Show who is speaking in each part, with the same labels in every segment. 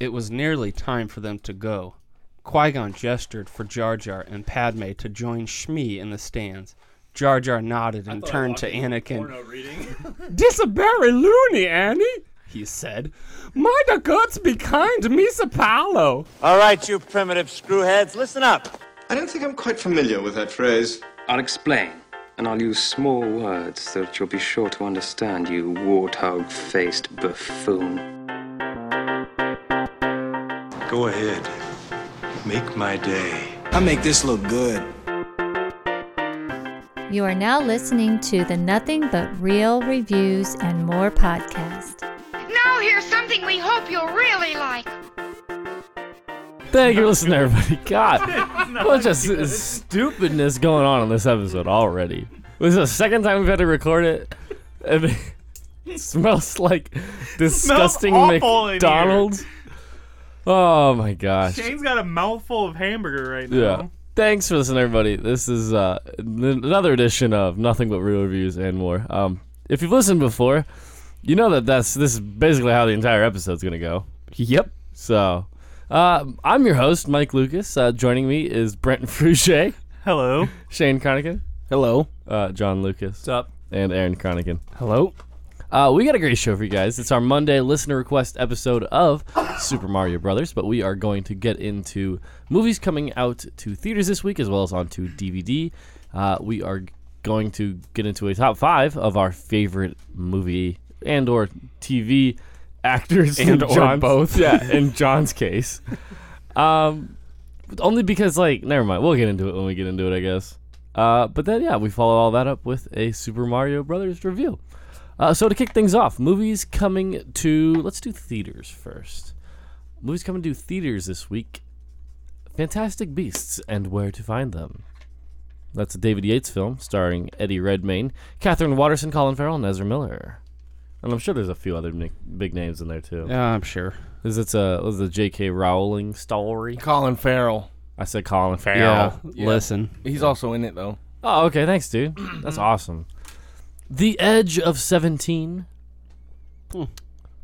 Speaker 1: it was nearly time for them to go. Qui Gon gestured for Jar Jar and Padme to join Shmi in the stands. Jar Jar nodded and turned to Anakin. "Dis a very loony, Annie," he said. "My the guts be kind, to Misa Paolo."
Speaker 2: All right, you primitive screwheads, listen up.
Speaker 3: I don't think I'm quite familiar with that phrase.
Speaker 4: I'll explain, and I'll use small words that you'll be sure to understand, you warthog faced buffoon.
Speaker 5: Go ahead. Make my day.
Speaker 6: I make this look good.
Speaker 7: You are now listening to the Nothing But Real Reviews and More podcast.
Speaker 8: Now here's something we hope you'll really like.
Speaker 9: Thank you for listening, everybody. God, bunch of s- stupidness going on in this episode already. This is the second time we've had to record it. And it smells like disgusting
Speaker 10: awful in here.
Speaker 9: McDonald's. Oh my gosh.
Speaker 10: Shane's got a mouthful of hamburger right now.
Speaker 9: Yeah. Thanks for listening, everybody. This is uh, n- another edition of Nothing But Real Reviews and More. Um, if you've listened before, you know that that's this is basically how the entire episode's gonna go. Yep. So, uh, I'm your host, Mike Lucas. Uh, joining me is Brent Frugier,
Speaker 10: Hello.
Speaker 9: Shane Cronican,
Speaker 1: Hello.
Speaker 9: uh, John Lucas, What's
Speaker 10: up?
Speaker 9: and Aaron Cronican.
Speaker 1: Hello.
Speaker 9: Uh, we got a great show for you guys. It's our Monday listener request episode of Super Mario Brothers, but we are going to get into movies coming out to theaters this week as well as onto DVD. Uh, we are g- going to get into a top five of our favorite movie and or TV actors in
Speaker 1: And or
Speaker 9: John's-
Speaker 1: both.
Speaker 9: Yeah, in John's case, um, only because like never mind. We'll get into it when we get into it, I guess. Uh, but then yeah, we follow all that up with a Super Mario Brothers review. Uh, so to kick things off, movies coming to let's do theaters first. Movies coming to theaters this week: Fantastic Beasts and Where to Find Them. That's a David Yates film starring Eddie Redmayne, Catherine Watterson, Colin Farrell, and Ezra Miller. And I'm sure there's a few other ni- big names in there too.
Speaker 1: Yeah, I'm sure.
Speaker 9: Is it's a was a J.K. Rowling story?
Speaker 11: Colin Farrell.
Speaker 9: I said Colin Farrell.
Speaker 1: Yeah. Listen.
Speaker 11: He's also in it though.
Speaker 9: Oh, okay. Thanks, dude. That's awesome. The Edge of 17.
Speaker 1: Hmm.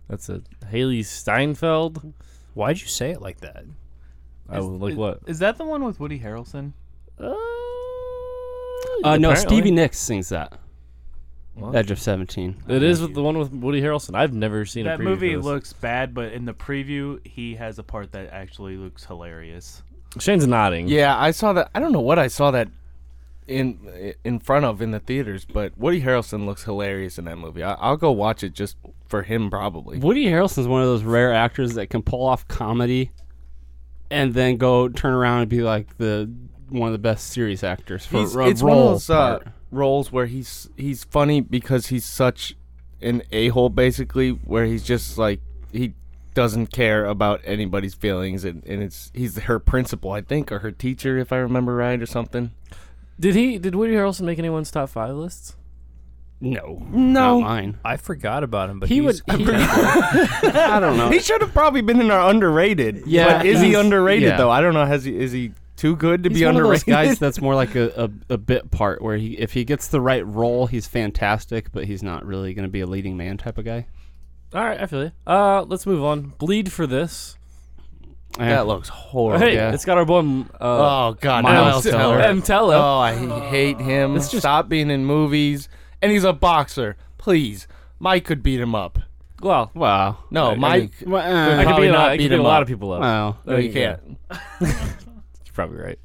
Speaker 9: That's a Haley Steinfeld.
Speaker 12: Why'd you say it like that?
Speaker 9: I was like,
Speaker 10: is,
Speaker 9: what?
Speaker 10: Is that the one with Woody Harrelson?
Speaker 1: Uh, no,
Speaker 9: apparently.
Speaker 1: Stevie Nicks sings that.
Speaker 9: What?
Speaker 1: Edge of Seventeen.
Speaker 9: It is with the one with Woody Harrelson. I've never seen a
Speaker 10: That
Speaker 9: preview
Speaker 10: movie
Speaker 9: for this.
Speaker 10: looks bad, but in the preview, he has a part that actually looks hilarious.
Speaker 9: Shane's nodding.
Speaker 11: Yeah, I saw that. I don't know what I saw that in in front of in the theaters, but Woody Harrelson looks hilarious in that movie. I, I'll go watch it just for him probably.
Speaker 1: Woody Harrelson's one of those rare actors that can pull off comedy, and then go turn around and be like the one of the best serious actors for
Speaker 11: He's-
Speaker 1: a
Speaker 11: it's
Speaker 1: role
Speaker 11: one of those uh,
Speaker 1: part.
Speaker 11: roles where he's he's funny because he's such an a hole basically, where he's just like he doesn't care about anybody's feelings, and, and it's he's her principal, I think, or her teacher, if I remember right, or something.
Speaker 9: Did he? Did Woody Harrelson make anyone's top five lists?
Speaker 1: No, no, not mine.
Speaker 12: I forgot about him, but
Speaker 1: He would.
Speaker 12: he's-
Speaker 1: he- I don't know.
Speaker 11: He should have probably been in our underrated.
Speaker 1: Yeah,
Speaker 11: but is he
Speaker 1: he's-
Speaker 11: underrated
Speaker 1: yeah.
Speaker 11: though? I don't know. Has he is he too good to
Speaker 1: He's
Speaker 11: be
Speaker 1: one
Speaker 11: underrated?
Speaker 1: of those guys that's more like a, a, a bit part where he if he gets the right role he's fantastic but he's not really going to be a leading man type of guy
Speaker 9: All right, I feel you. Uh, let's move on. Bleed for this.
Speaker 1: Yeah.
Speaker 11: that looks horrible.
Speaker 9: Hey,
Speaker 1: yeah.
Speaker 9: it's got our boy. m- Uh,
Speaker 11: Oh God,
Speaker 1: Miles
Speaker 11: M.
Speaker 1: Teller.
Speaker 9: M. Teller.
Speaker 11: Oh, I hate him. Stop being in movies. And he's a boxer. Please, Mike could beat him up.
Speaker 9: well,
Speaker 1: wow
Speaker 11: No,
Speaker 9: I- I
Speaker 11: Mike.
Speaker 1: well, uh,
Speaker 9: I could
Speaker 11: probably
Speaker 9: beat, a lot-
Speaker 11: not beat
Speaker 9: I could beat a
Speaker 11: him
Speaker 9: lot
Speaker 11: up.
Speaker 9: of people up.
Speaker 1: wow
Speaker 11: no, you can't.
Speaker 9: You're probably right.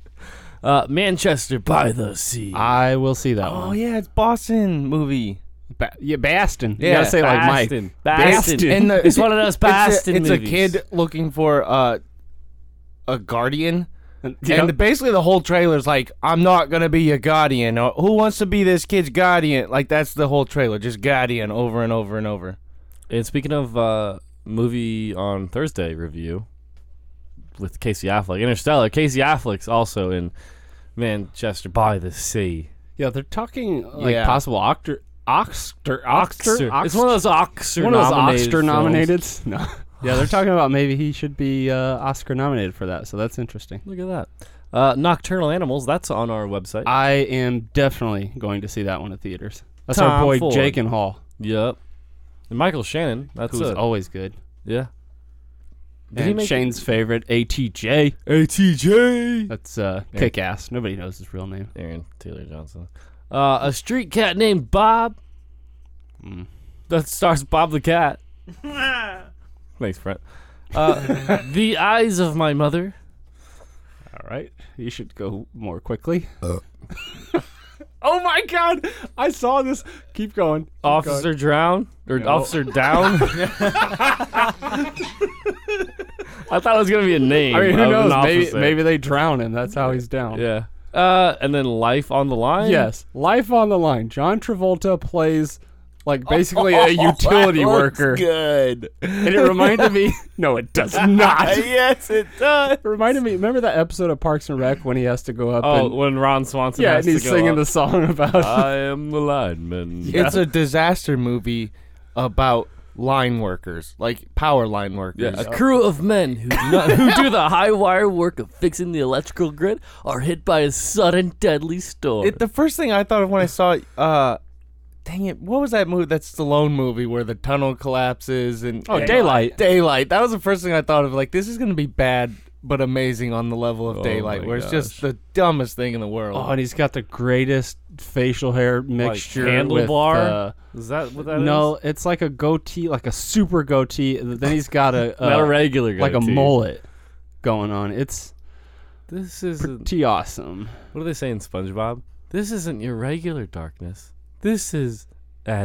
Speaker 9: Uh, Manchester by the Sea.
Speaker 1: I will see that one.
Speaker 11: Oh yeah, it's Boston movie.
Speaker 1: Ba- yeah, Bastin. You
Speaker 11: Yeah,
Speaker 1: gotta say like Mike.
Speaker 9: Bastin.
Speaker 1: Bastin.
Speaker 9: Bastin.
Speaker 11: And the-
Speaker 9: it's one of those
Speaker 11: It's,
Speaker 9: Bastin
Speaker 11: a, it's a
Speaker 9: movies.
Speaker 11: kid looking for uh, a guardian.
Speaker 1: Yeah.
Speaker 11: And basically, the whole trailer's like, "I'm not gonna be a guardian." Or, Who wants to be this kid's guardian? Like that's the whole trailer, just guardian over and over and over.
Speaker 9: And speaking of uh, movie on Thursday review with Casey Affleck, Interstellar. Casey Affleck's also in Manchester by the Sea.
Speaker 1: yeah, they're talking like
Speaker 11: Yeah.
Speaker 1: possible Octor, Oxter, Oxter,
Speaker 9: It's one of those Oxer
Speaker 1: one of those
Speaker 9: nominated
Speaker 1: Oscar
Speaker 9: films.
Speaker 1: nominated. No. Yeah, they're talking about maybe he should be uh, Oscar nominated for that. So that's interesting.
Speaker 9: Look at that. Uh, Nocturnal Animals. That's on our website.
Speaker 1: I am definitely going to see that one at theaters. That's
Speaker 9: Tom
Speaker 1: our boy
Speaker 9: Ford.
Speaker 1: Jake and Hall,
Speaker 9: yep. And Michael Shannon. That's
Speaker 1: who's
Speaker 9: it.
Speaker 1: always good.
Speaker 9: Yeah. Did he
Speaker 1: and
Speaker 9: make-
Speaker 1: Shane's favorite, ATJ.
Speaker 9: ATJ.
Speaker 1: That's uh,
Speaker 9: Yeah.
Speaker 1: kick ass. Nobody knows his real name.
Speaker 9: Aaron Taylor Johnson. Uh, a street cat named Bob.
Speaker 1: Mm.
Speaker 9: That stars Bob the Cat. Thanks, Brett. Uh, the Eyes of My Mother.
Speaker 1: All right. You should go more quickly. oh my God. I saw this. Keep going. Keep
Speaker 9: Officer
Speaker 1: going.
Speaker 9: Drown. Or
Speaker 1: No.
Speaker 9: Officer Down. I thought it was going to be a name.
Speaker 1: I mean,
Speaker 9: of
Speaker 1: who
Speaker 9: an
Speaker 1: knows? Maybe,
Speaker 9: officer.
Speaker 1: maybe they drown him. That's how he's down.
Speaker 9: Yeah. Uh, and then Life on the Line.
Speaker 1: Yes. Life on the line. John Travolta plays like basically a utility
Speaker 9: Oh, that looks
Speaker 1: worker.
Speaker 9: Good.
Speaker 1: And it reminded me No, it does not. it
Speaker 9: yes, it does.
Speaker 1: reminded me remember that episode of Parks and Rec when he has to go up
Speaker 9: Oh,
Speaker 1: and
Speaker 9: when Ron Swanson.
Speaker 1: Yeah,
Speaker 9: has
Speaker 1: and he's
Speaker 9: to go
Speaker 1: singing
Speaker 9: up.
Speaker 1: the song about
Speaker 9: I am the lineman.
Speaker 11: It's a disaster movie about line workers, like power line
Speaker 9: Yeah,
Speaker 11: workers.
Speaker 9: a crew of men who do, not, who do the high wire work of fixing the electrical grid are hit by a sudden deadly storm.
Speaker 11: It, the first thing I thought of when I saw, it, uh, dang it, what was that movie? That Stallone movie where the tunnel collapses and
Speaker 1: Oh,
Speaker 11: and-
Speaker 1: Daylight.
Speaker 11: Daylight. That was the first thing I thought of. Like this is gonna be bad, but amazing on the level of Daylight,
Speaker 9: Oh my
Speaker 11: where it's just the dumbest thing in the world.
Speaker 1: Oh, and he's got the greatest facial hair mixture. with, uh,
Speaker 9: is that what that is?
Speaker 1: no, it's like a goatee, like a super goatee. and Then he's got a,
Speaker 9: not
Speaker 1: uh,
Speaker 9: a regular.
Speaker 1: like a
Speaker 9: goatee.
Speaker 1: mullet going on. It's
Speaker 9: This is
Speaker 1: pretty awesome.
Speaker 9: what do they say in SpongeBob? This isn't your regular darkness. This is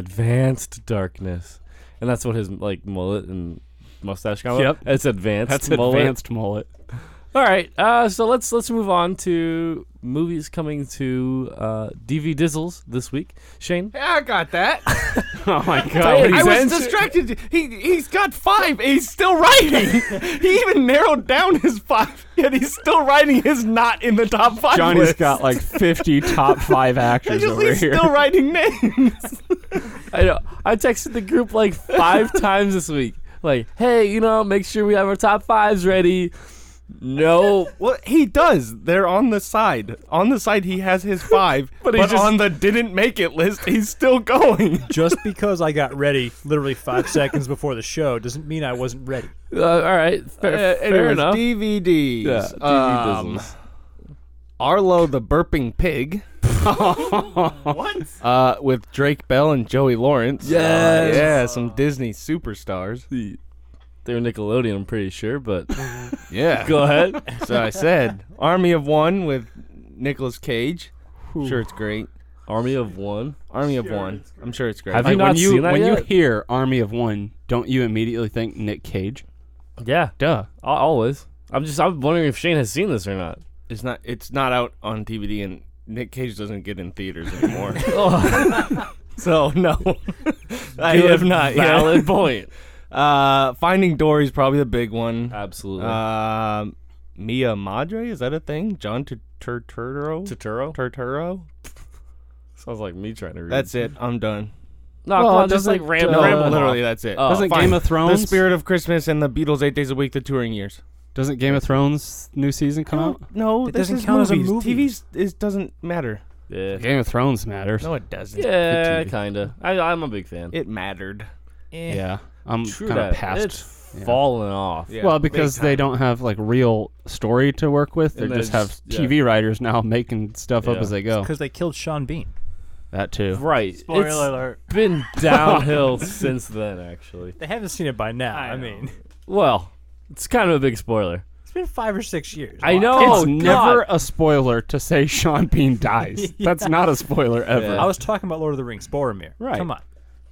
Speaker 9: advanced darkness, and that's what his like mullet and mustache got.
Speaker 1: Yep.
Speaker 9: it's advanced.
Speaker 1: That's
Speaker 9: mullet.
Speaker 1: advanced mullet.
Speaker 9: All right, uh, so let's let's move on to movies coming to uh, DV Dizzles this week. Shane,
Speaker 11: Yeah, I got that.
Speaker 1: Oh my
Speaker 9: Play it.
Speaker 1: god!
Speaker 11: I
Speaker 9: He's
Speaker 11: was
Speaker 9: answer-
Speaker 11: distracted. He he's got five. and He's still writing. he even narrowed down his five, yet he's still writing his not in the top five.
Speaker 1: Johnny's
Speaker 11: list.
Speaker 1: got like 50 top five actors
Speaker 11: Just
Speaker 1: over
Speaker 11: he's
Speaker 1: here.
Speaker 11: still writing names.
Speaker 9: I know I texted the group like five times this week. Like, hey, you know, make sure we have our top fives ready. No,
Speaker 11: well, he does. They're on the side. On the side, he has his five. but
Speaker 9: he's just-
Speaker 11: on the didn't make it list, he's still going.
Speaker 12: Just because I got ready literally five seconds before the show doesn't mean I wasn't ready.
Speaker 9: uh, all right, fair, fair
Speaker 11: Anyways,
Speaker 9: enough.
Speaker 11: DVDs.
Speaker 9: yeah, DV
Speaker 11: Um,
Speaker 9: Dizzles.
Speaker 11: Arlo the Burping Pig. what? Uh, with Drake Bell and Joey Lawrence.
Speaker 9: Yes.
Speaker 11: Uh, yeah, some Disney superstars.
Speaker 9: They were Nickelodeon, I'm pretty sure, but
Speaker 11: Yeah.
Speaker 9: go ahead.
Speaker 11: so I said Army of One with Nicolas Cage. Sure, it's great.
Speaker 9: Army of One.
Speaker 11: Army of One. I'm sure it's great.
Speaker 9: Have
Speaker 1: Like,
Speaker 9: you not
Speaker 1: when you
Speaker 9: seen that
Speaker 1: when you
Speaker 9: yet?
Speaker 1: hear Army of One, don't you immediately think Nick Cage?
Speaker 9: Yeah,
Speaker 1: Duh.
Speaker 9: a- always. I'm just I'm wondering if Shane has seen this or not.
Speaker 11: It's not. It's not out on DVD, and Nick Cage doesn't get in theaters anymore.
Speaker 9: Oh,
Speaker 11: so no, I have not. yeah.
Speaker 9: Valid point.
Speaker 11: Uh, Finding Dory is probably the big one.
Speaker 9: Absolutely.
Speaker 11: Um, Mia Madre is that a thing? John Tur- Tur- Turturro.
Speaker 9: Totoro?
Speaker 11: Turturro.
Speaker 9: Sounds like me trying to read.
Speaker 11: That's it. I'm done.
Speaker 9: no,
Speaker 1: Well,
Speaker 9: come on,
Speaker 1: it
Speaker 9: just like
Speaker 1: doesn't-
Speaker 9: random.
Speaker 1: uh,
Speaker 9: ramble.
Speaker 11: Literally, that's it.
Speaker 9: Oh,
Speaker 1: Doesn't
Speaker 11: Fine.
Speaker 1: Game of Thrones
Speaker 11: The Spirit of Christmas and the Beatles Eight Days a Week, the touring years.
Speaker 1: Doesn't Game of Thrones new season come out?
Speaker 11: Oh, No,
Speaker 12: It
Speaker 11: this
Speaker 12: doesn't
Speaker 11: is
Speaker 12: count as a
Speaker 11: movies.
Speaker 12: movie.
Speaker 11: TV's is doesn't matter.
Speaker 9: Yeah,
Speaker 1: Game of Thrones matters.
Speaker 11: No, it doesn't.
Speaker 9: yeah, kinda. I, I'm a big fan.
Speaker 11: It mattered.
Speaker 1: Yeah, I'm
Speaker 9: True
Speaker 1: kind of
Speaker 9: that.
Speaker 1: past.
Speaker 9: It's fallen off.
Speaker 11: Yeah.
Speaker 1: well,
Speaker 11: big
Speaker 1: because they
Speaker 11: time.
Speaker 1: don't have like real story to work with. They
Speaker 9: And
Speaker 1: just have
Speaker 9: there's- yeah.
Speaker 1: TV writers now making stuff up
Speaker 9: Yeah.
Speaker 1: as they go.
Speaker 12: Because they killed Sean Bean.
Speaker 1: That too.
Speaker 9: Right.
Speaker 10: Spoiler
Speaker 9: Oh. it's
Speaker 10: alert.
Speaker 9: Been downhill since then, actually.
Speaker 12: They haven't seen it by now. I, mean,
Speaker 9: Well, it's kind of a big spoiler.
Speaker 12: it's been five or six years.
Speaker 9: I know.
Speaker 1: it's
Speaker 9: God.
Speaker 1: never a spoiler to say Sean Bean dies. That's not a spoiler ever.
Speaker 12: I was talking about Lord of the Rings, Boromir.
Speaker 1: Right.
Speaker 12: Come on.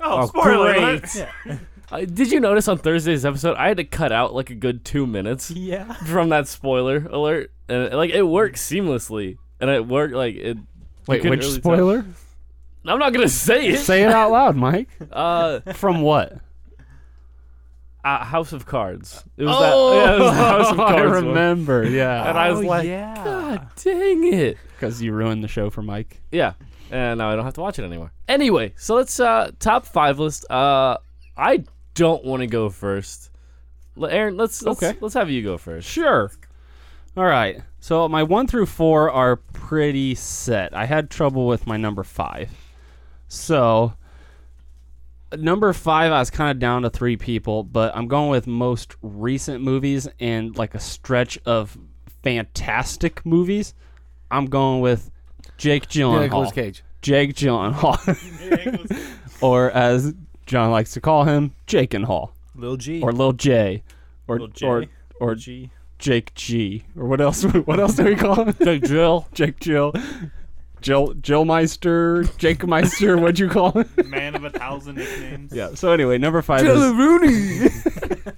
Speaker 10: Oh, spoiler alert.
Speaker 1: great.
Speaker 9: Uh, did you notice on Thursday's episode, I had to cut out like a good two minutes
Speaker 12: Yeah.
Speaker 9: from that spoiler alert, and it- like it worked seamlessly, and it worked like it. you
Speaker 1: Wait,
Speaker 9: couldn't
Speaker 1: which
Speaker 9: really tell.
Speaker 1: spoiler?
Speaker 9: I'm not gonna say it.
Speaker 1: Say it out loud, Mike.
Speaker 9: uh,
Speaker 1: From what?
Speaker 9: uh, House of Cards. It was that. Yeah, it was the House of
Speaker 1: Oh, I
Speaker 9: Cards. one.
Speaker 1: remember. Oh,
Speaker 9: And
Speaker 1: Yeah,
Speaker 9: I was like,
Speaker 12: yeah.
Speaker 9: God dang it.
Speaker 1: because you ruined the show for Mike.
Speaker 9: Yeah. And now I don't have to watch it anymore. Anyway, so let's uh top five list. Uh I don't want to go first. L- Aaron, let's, let's
Speaker 1: Okay.
Speaker 9: let's have you go first.
Speaker 1: Sure. All right. So my one through four are pretty set. I had trouble with my number five. So number five, I was kind of down to three people, but I'm going with most recent movies and like a stretch of fantastic movies. I'm going with Jake Gyllenhaal.
Speaker 11: Nicolas Cage.
Speaker 1: Jake Gyllenhaal. or as John likes to call him, Jake and Hall.
Speaker 12: Lil G.
Speaker 1: Or Lil J. Or
Speaker 12: Lil J.
Speaker 1: or or G. Jake G. Or what else? What else do we call him? Jake Jill. Jake Jill. Jill Jill Meister. Jake Meister. What'd you call him?
Speaker 10: Man of a thousand nicknames.
Speaker 1: Yeah. So anyway, number five
Speaker 11: Jill
Speaker 1: is
Speaker 11: Rooney.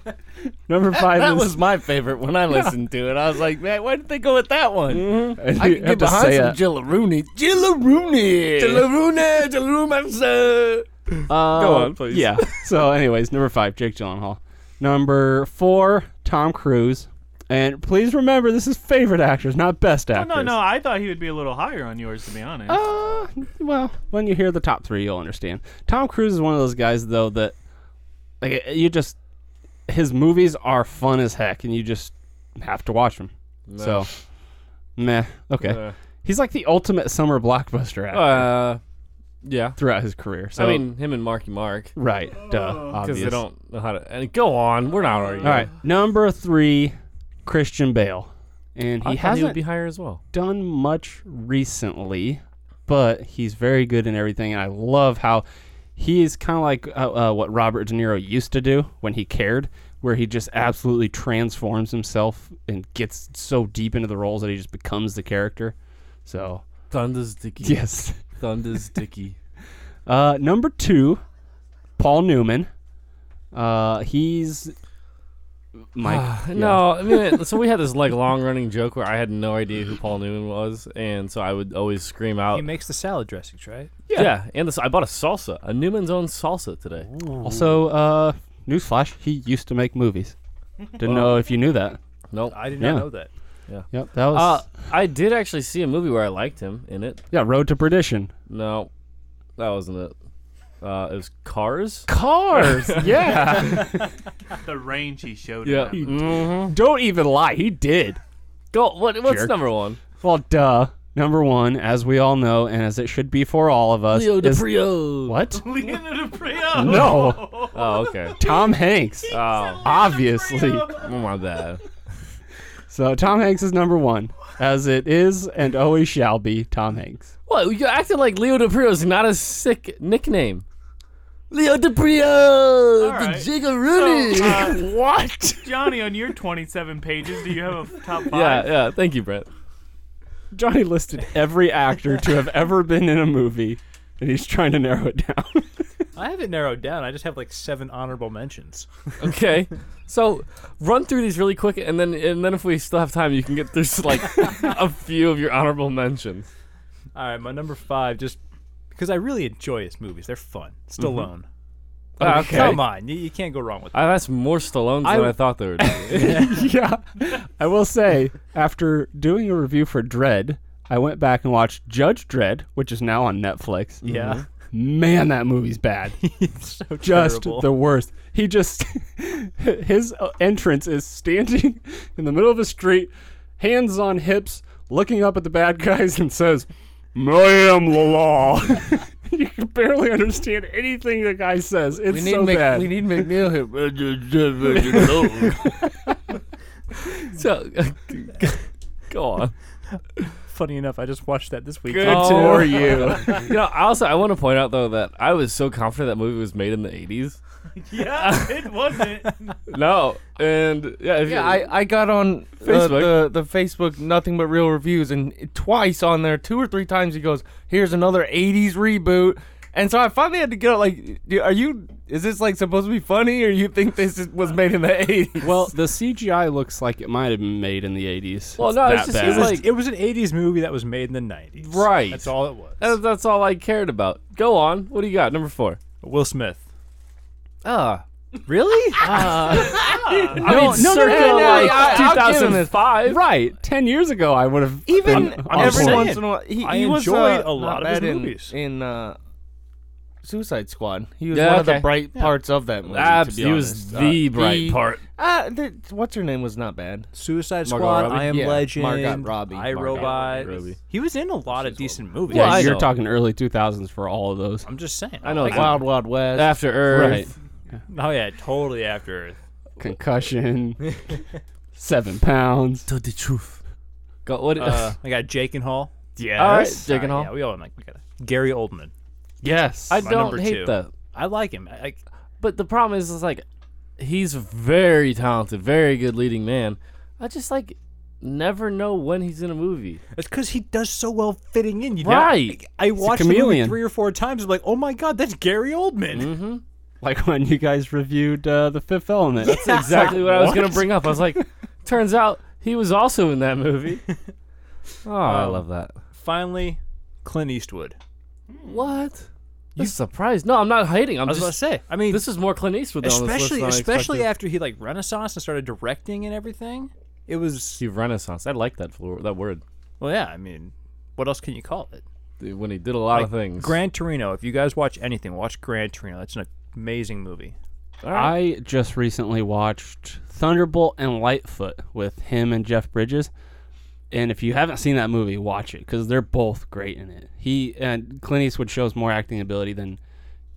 Speaker 1: number five
Speaker 9: that
Speaker 1: is
Speaker 9: was my favorite when I listened to it. I was like, man, why did they go with that one?
Speaker 1: and
Speaker 9: I
Speaker 1: you
Speaker 9: can
Speaker 1: have
Speaker 9: get
Speaker 1: to
Speaker 9: behind
Speaker 1: say
Speaker 9: some
Speaker 1: it.
Speaker 9: Jill Rooney. Jill Rooney. Jill Rooney. Jill Rooney.
Speaker 1: Go
Speaker 9: on, please.
Speaker 1: Oh, Yeah. So, anyways, number five, Jake Gyllenhaal. Number four, Tom Cruise. And please remember, this is favorite actors, not best
Speaker 10: Oh,
Speaker 1: actors.
Speaker 10: no, no. I thought he would be a little higher on yours, to be honest.
Speaker 1: Uh, well, when you hear the top three, you'll understand. Tom Cruise is one of those guys, though, that like uh, you just his movies are fun as heck, and you just have to watch them. So, meh. Okay.
Speaker 9: Meh.
Speaker 1: He's like the ultimate summer blockbuster actor
Speaker 9: Uh, yeah.
Speaker 1: throughout his career. So,
Speaker 9: I mean, him and Marky Mark.
Speaker 1: right, duh,
Speaker 9: Because
Speaker 1: obvious.
Speaker 9: they don't know how to. And go on. We're not arguing.
Speaker 1: All right, number three, Christian Bale, and he
Speaker 9: I thought he
Speaker 1: hasn't
Speaker 9: would be higher as well.
Speaker 1: done much recently, but he's very good in everything, and I love how he is kind of like uh, uh, what Robert De Niro used to do when he cared, where he just absolutely transforms himself and gets so deep into the roles that he just becomes the character. So
Speaker 9: Thunder's Dicky.
Speaker 1: yes,
Speaker 9: Thunder's Dicky.
Speaker 1: uh, number two, Paul Newman. Uh, he's Mike.
Speaker 9: Ah, No, I mean, so we had this like long running joke where I had no idea who Paul Newman was, and so I would always scream out,
Speaker 12: He makes the salad dressings, right?
Speaker 9: yeah. And this, I bought a salsa, a Newman's own salsa today.
Speaker 1: Also, uh, newsflash, he used to make movies. Didn't know if you knew that.
Speaker 9: Nope.
Speaker 12: I did not
Speaker 1: Yeah.
Speaker 12: know that.
Speaker 1: Yep, that was
Speaker 9: Uh, I did actually see a movie where I liked him in it.
Speaker 1: yeah, Road to Perdition.
Speaker 9: No, that wasn't it. Uh, it was Cars.
Speaker 1: Cars. yeah.
Speaker 10: the range he showed.
Speaker 9: Yeah. Mm-hmm.
Speaker 10: him.
Speaker 1: Don't even lie. He did.
Speaker 9: Go. What? What's
Speaker 1: Jerk.
Speaker 9: number one?
Speaker 1: Well, duh. Number one, as we all know, and as it should be for all of us, is
Speaker 9: DiPrio.
Speaker 1: what?
Speaker 10: Leonardo DiCaprio.
Speaker 1: No,
Speaker 9: Oh, okay.
Speaker 1: Tom Hanks.
Speaker 9: Oh,
Speaker 1: Obviously.
Speaker 9: my bad.
Speaker 1: So Tom Hanks is number one, as it is and always shall be. Tom Hanks.
Speaker 9: What? You acted like Leo DiPrio is not a sick nickname. Leo DiPrio,
Speaker 10: All right.
Speaker 9: Jiggeroonie.
Speaker 10: So, uh,
Speaker 9: what?
Speaker 10: Johnny, on your 27 pages, do you have a top five?
Speaker 9: Yeah, yeah. Thank you, Brett.
Speaker 1: Johnny listed every actor to have ever been in a movie, and he's trying to narrow it down.
Speaker 12: I have it narrowed down. I just have like seven honorable mentions.
Speaker 9: Okay. So run through these really quick, and then and then if we still have time, you can get through s- like a few of your honorable mentions.
Speaker 12: All right, my number five, just because I really enjoy his movies. They're fun. Stallone.
Speaker 9: Mm-hmm. Ah, okay.
Speaker 12: Come on, you, you can't go wrong with that.
Speaker 9: I've asked more Stallones
Speaker 1: I-
Speaker 9: than I thought there would be.
Speaker 1: yeah. I will say, after doing a review for Dread, I went back and watched Judge Dread, which is now on Netflix.
Speaker 12: Yeah.
Speaker 1: Man, that movie's bad.
Speaker 12: it's so
Speaker 1: Just
Speaker 12: terrible.
Speaker 1: the worst. He just his uh, entrance is standing in the middle of a street, hands on hips, looking up at the bad guys and says, "I am the law." you can barely understand anything the guy says. It's
Speaker 11: We need,
Speaker 1: so
Speaker 11: Mc,
Speaker 1: bad.
Speaker 11: we need McNeil here.
Speaker 9: so go on.
Speaker 12: Funny enough, I just watched that this week.
Speaker 9: for you. you know, I also I want to point out though that I was so confident that movie was made in the '80s.
Speaker 10: Yeah, it wasn't.
Speaker 9: No, and yeah, if
Speaker 11: yeah,
Speaker 9: you-
Speaker 11: I, I got on uh, the,
Speaker 9: Facebook.
Speaker 11: the Facebook Nothing But Real Reviews, and twice on there, two or three times, he goes, Here's another 80s reboot. And so I finally had to get up, like, "Do- are you, is this like supposed to be funny, or you think this is, was made in the 80s?
Speaker 1: Well, the CGI looks like it might have been made in the 80s.
Speaker 9: Well,
Speaker 1: It's
Speaker 9: no, it's
Speaker 1: that
Speaker 9: just-
Speaker 1: bad.
Speaker 12: It
Speaker 9: it's
Speaker 12: was-
Speaker 9: like-
Speaker 12: it was an 80s movie that was made in the 90s.
Speaker 9: Right.
Speaker 12: That's all it was.
Speaker 9: That- that's all I cared about. Go on. What do you got? Number four.
Speaker 12: Will Smith.
Speaker 9: Ah. Really? I
Speaker 1: No,
Speaker 9: mean,
Speaker 1: no, no,
Speaker 9: circa
Speaker 1: no, no,
Speaker 9: like
Speaker 11: I- I'll give him this.
Speaker 9: 2005.
Speaker 1: right, ten years ago, I would have
Speaker 11: Even
Speaker 1: been on
Speaker 11: every
Speaker 1: board.
Speaker 11: once in a while, he,
Speaker 12: I
Speaker 11: he was,
Speaker 12: enjoyed
Speaker 11: uh,
Speaker 12: a lot
Speaker 11: not
Speaker 12: of his
Speaker 11: bad in-
Speaker 12: movies.
Speaker 11: In, uh, Suicide Squad. He was
Speaker 9: Yeah,
Speaker 11: one of
Speaker 9: okay.
Speaker 11: the bright
Speaker 9: Yeah.
Speaker 11: parts of that movie.
Speaker 9: Abs-
Speaker 11: to be
Speaker 9: he was
Speaker 11: honest.
Speaker 9: the bright part.
Speaker 11: Uh, th- what's her name was not bad.
Speaker 12: Suicide
Speaker 11: Margot
Speaker 12: Squad,
Speaker 11: Robbie?
Speaker 12: I Am
Speaker 11: Yeah,
Speaker 12: Legend,
Speaker 11: Margot Robbie.
Speaker 12: I
Speaker 11: Margot
Speaker 12: Robot.
Speaker 11: Robbie.
Speaker 12: He was in a lot of decent movies.
Speaker 1: Yeah, you're talking early 2000s for all of those.
Speaker 12: I'm just saying.
Speaker 9: I know
Speaker 12: Like,
Speaker 9: it's
Speaker 11: Wild Wild West.
Speaker 9: After Earth,
Speaker 12: Oh yeah, totally after Earth.
Speaker 1: Concussion, seven pounds.
Speaker 9: Tell the truth. Got what?
Speaker 12: Uh, I got Jake and Hall. Yeah.
Speaker 9: All right, Jake and Hall.
Speaker 12: Yeah, we all like we got it. Gary Oldman.
Speaker 1: Yes.
Speaker 9: I
Speaker 12: my
Speaker 9: don't
Speaker 12: number
Speaker 9: hate
Speaker 12: two.
Speaker 9: that.
Speaker 12: I like him. I, I,
Speaker 9: But the problem is, is like, he's very talented, very good leading man. I just like never know when he's in a movie.
Speaker 12: it's because he does so well fitting in. You
Speaker 9: Right.
Speaker 12: Know? I, I watched the movie
Speaker 1: chameleon.
Speaker 12: three or four times. I'm like, oh my god, that's Gary Oldman.
Speaker 9: Mm-hmm.
Speaker 1: like when you guys reviewed uh, The Fifth Element.
Speaker 9: That's exactly what I was gonna bring up. I was like, turns out he was also in that movie. Oh, I love that.
Speaker 12: Finally, Clint Eastwood.
Speaker 9: What? You surprised? No, I'm not hating. I'm
Speaker 12: I was
Speaker 9: just
Speaker 12: about to say. I mean,
Speaker 9: this is more Clint Eastwood. than on this list
Speaker 12: especially
Speaker 9: than I
Speaker 12: especially
Speaker 9: expected.
Speaker 12: after he like Renaissance and started directing and everything. It was
Speaker 9: See, Renaissance. I like that floor, that word.
Speaker 12: well, yeah. I mean, what else can you call it?
Speaker 9: Dude, When he did a lot of
Speaker 12: Like,
Speaker 9: things.
Speaker 12: Gran Torino. If you guys watch anything, watch Gran Torino. It's an amazing movie.
Speaker 1: I just recently watched Thunderbolt and Lightfoot with him and Jeff Bridges. And if you haven't seen that movie, watch it because they're both great in it. He and Clint Eastwood shows more acting ability than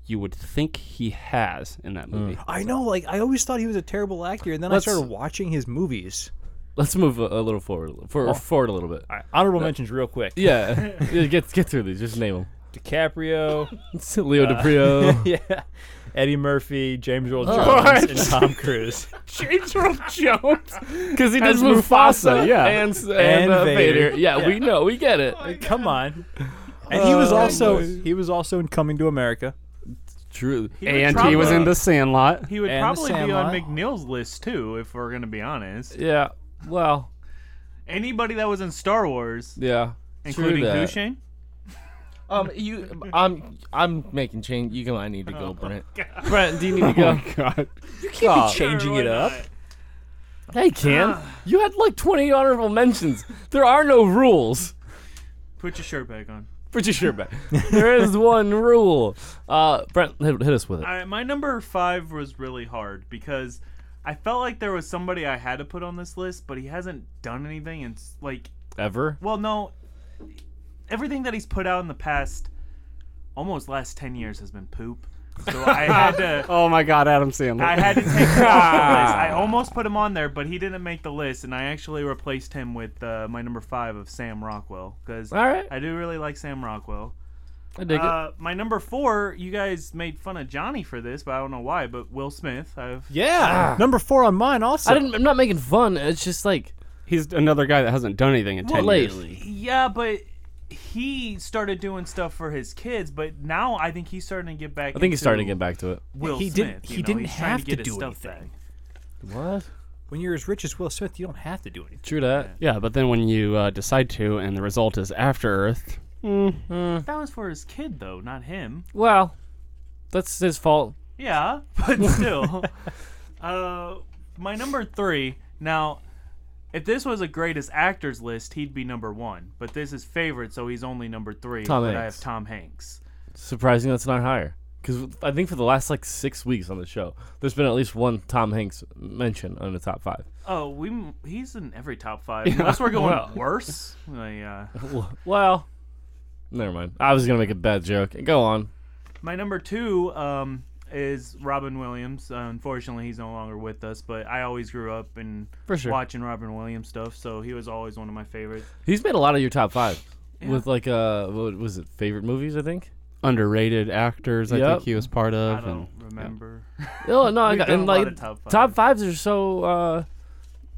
Speaker 1: you would think he has in that movie.
Speaker 10: Mm.
Speaker 12: I know. Like I always thought he was a terrible actor, and then
Speaker 9: Let's-
Speaker 12: I started watching his movies.
Speaker 9: Let's move a, a little forward, for, forward a little bit.
Speaker 12: honorable mentions, real quick.
Speaker 9: Yeah, Yeah, get get through these. Just name them.
Speaker 12: DiCaprio.
Speaker 9: Leo DiPrio.
Speaker 12: Uh, yeah. Eddie Murphy, James Earl Jones,
Speaker 9: What?
Speaker 12: and Tom Cruise.
Speaker 9: James Earl Jones, because he does
Speaker 1: As
Speaker 9: Mufasa,
Speaker 1: Mufasa, yeah.
Speaker 9: and and,
Speaker 12: And
Speaker 9: uh, Vader.
Speaker 12: Vader.
Speaker 9: Yeah, we know, we get it.
Speaker 12: Come on. And he was
Speaker 9: Oh,
Speaker 12: also
Speaker 9: boy.
Speaker 12: he was also in Coming to America.
Speaker 9: True.
Speaker 1: And he was in The Sandlot.
Speaker 10: He would
Speaker 12: And the
Speaker 10: probably be on
Speaker 12: Sandlot.
Speaker 10: McNeil's list too, if we're gonna be honest.
Speaker 9: Yeah. Well.
Speaker 10: Anybody that was in Star Wars,
Speaker 9: Yeah.
Speaker 10: including
Speaker 9: True that.
Speaker 10: Cushing.
Speaker 11: Um, you, I'm, I'm making change. You go. I need to go,
Speaker 12: Oh,
Speaker 11: Brent.
Speaker 9: Brent, do you need to go?
Speaker 1: God.
Speaker 9: Oh,
Speaker 12: Changing it up. Ah.
Speaker 9: Hey, Cam, you had like 20 honorable mentions. There are no rules.
Speaker 10: Put your shirt back on.
Speaker 9: Put your shirt back. there is one rule. Uh, Brent, hit, hit us with it.
Speaker 10: I, my number five was really hard because I felt like there was somebody I had to put on this list, but he hasn't done anything. And s- like,
Speaker 9: Ever?
Speaker 10: well, no, everything that he's put out in the past, almost last ten years, has been poop. So I had to.
Speaker 1: Oh my God, Adam Sandler.
Speaker 10: I had to take him off the list. I almost put him on there, but he didn't make the list, and I actually replaced him with uh, my number five of Sam Rockwell because
Speaker 9: All right.
Speaker 10: I do really like Sam Rockwell.
Speaker 9: I dig
Speaker 10: Uh, my number four, you guys made fun of Johnny for this, but I don't know why. But Will Smith, I've
Speaker 12: Yeah. Number four on mine
Speaker 9: it.
Speaker 12: also.
Speaker 9: I didn't, I'm not making fun. It's just like
Speaker 1: He's another guy that hasn't done anything in 10 years.
Speaker 9: lately.
Speaker 10: yeah, but he started doing stuff for his kids, but now I think he's starting to get back.
Speaker 9: I think he's starting to get back to it.
Speaker 10: Will
Speaker 12: He
Speaker 10: Smith,
Speaker 12: didn't-
Speaker 10: you
Speaker 12: he
Speaker 10: know,
Speaker 12: didn't
Speaker 10: he's trying
Speaker 12: have
Speaker 10: to, get
Speaker 12: to
Speaker 10: his
Speaker 12: do
Speaker 10: stuff
Speaker 12: anything.
Speaker 10: back.
Speaker 9: What?
Speaker 12: when you're as rich as Will Smith, you don't have to do anything.
Speaker 9: True that.
Speaker 1: Yeah, but then when you uh, decide to and the result is After Earth,
Speaker 10: That was for his kid though, not him.
Speaker 9: Well, that's his fault.
Speaker 10: Yeah, but still. uh, my number three. Now, if this was a greatest actors list, he'd be number one. But this is favorite, so he's only number three.
Speaker 9: Tom
Speaker 10: but I
Speaker 9: Hanks.
Speaker 10: have Tom Hanks.
Speaker 9: Surprising that's not higher. Because I think for the last like six weeks on the show, there's been at least one Tom Hanks mention on the top five.
Speaker 10: Oh, we m- he's in every top five. Unless we're going worse. Like, uh,
Speaker 9: Well, never mind. I was gonna make a bad joke. Go on.
Speaker 10: my number two um, is Robin Williams. Uh, unfortunately, he's no longer with us, but I always grew up and
Speaker 9: For sure.
Speaker 10: watching Robin Williams stuff, so he was always one of my favorites.
Speaker 9: He's made a lot of your top five with like uh, what was it? Favorite movies, I think.
Speaker 1: underrated actors, I
Speaker 9: Yep.
Speaker 1: think he was part
Speaker 10: I
Speaker 1: of.
Speaker 10: don't
Speaker 1: and-
Speaker 10: remember.
Speaker 9: Oh no, I
Speaker 10: We've
Speaker 9: got
Speaker 10: done
Speaker 9: and
Speaker 10: a lot
Speaker 9: like
Speaker 10: of top
Speaker 9: fives are so uh,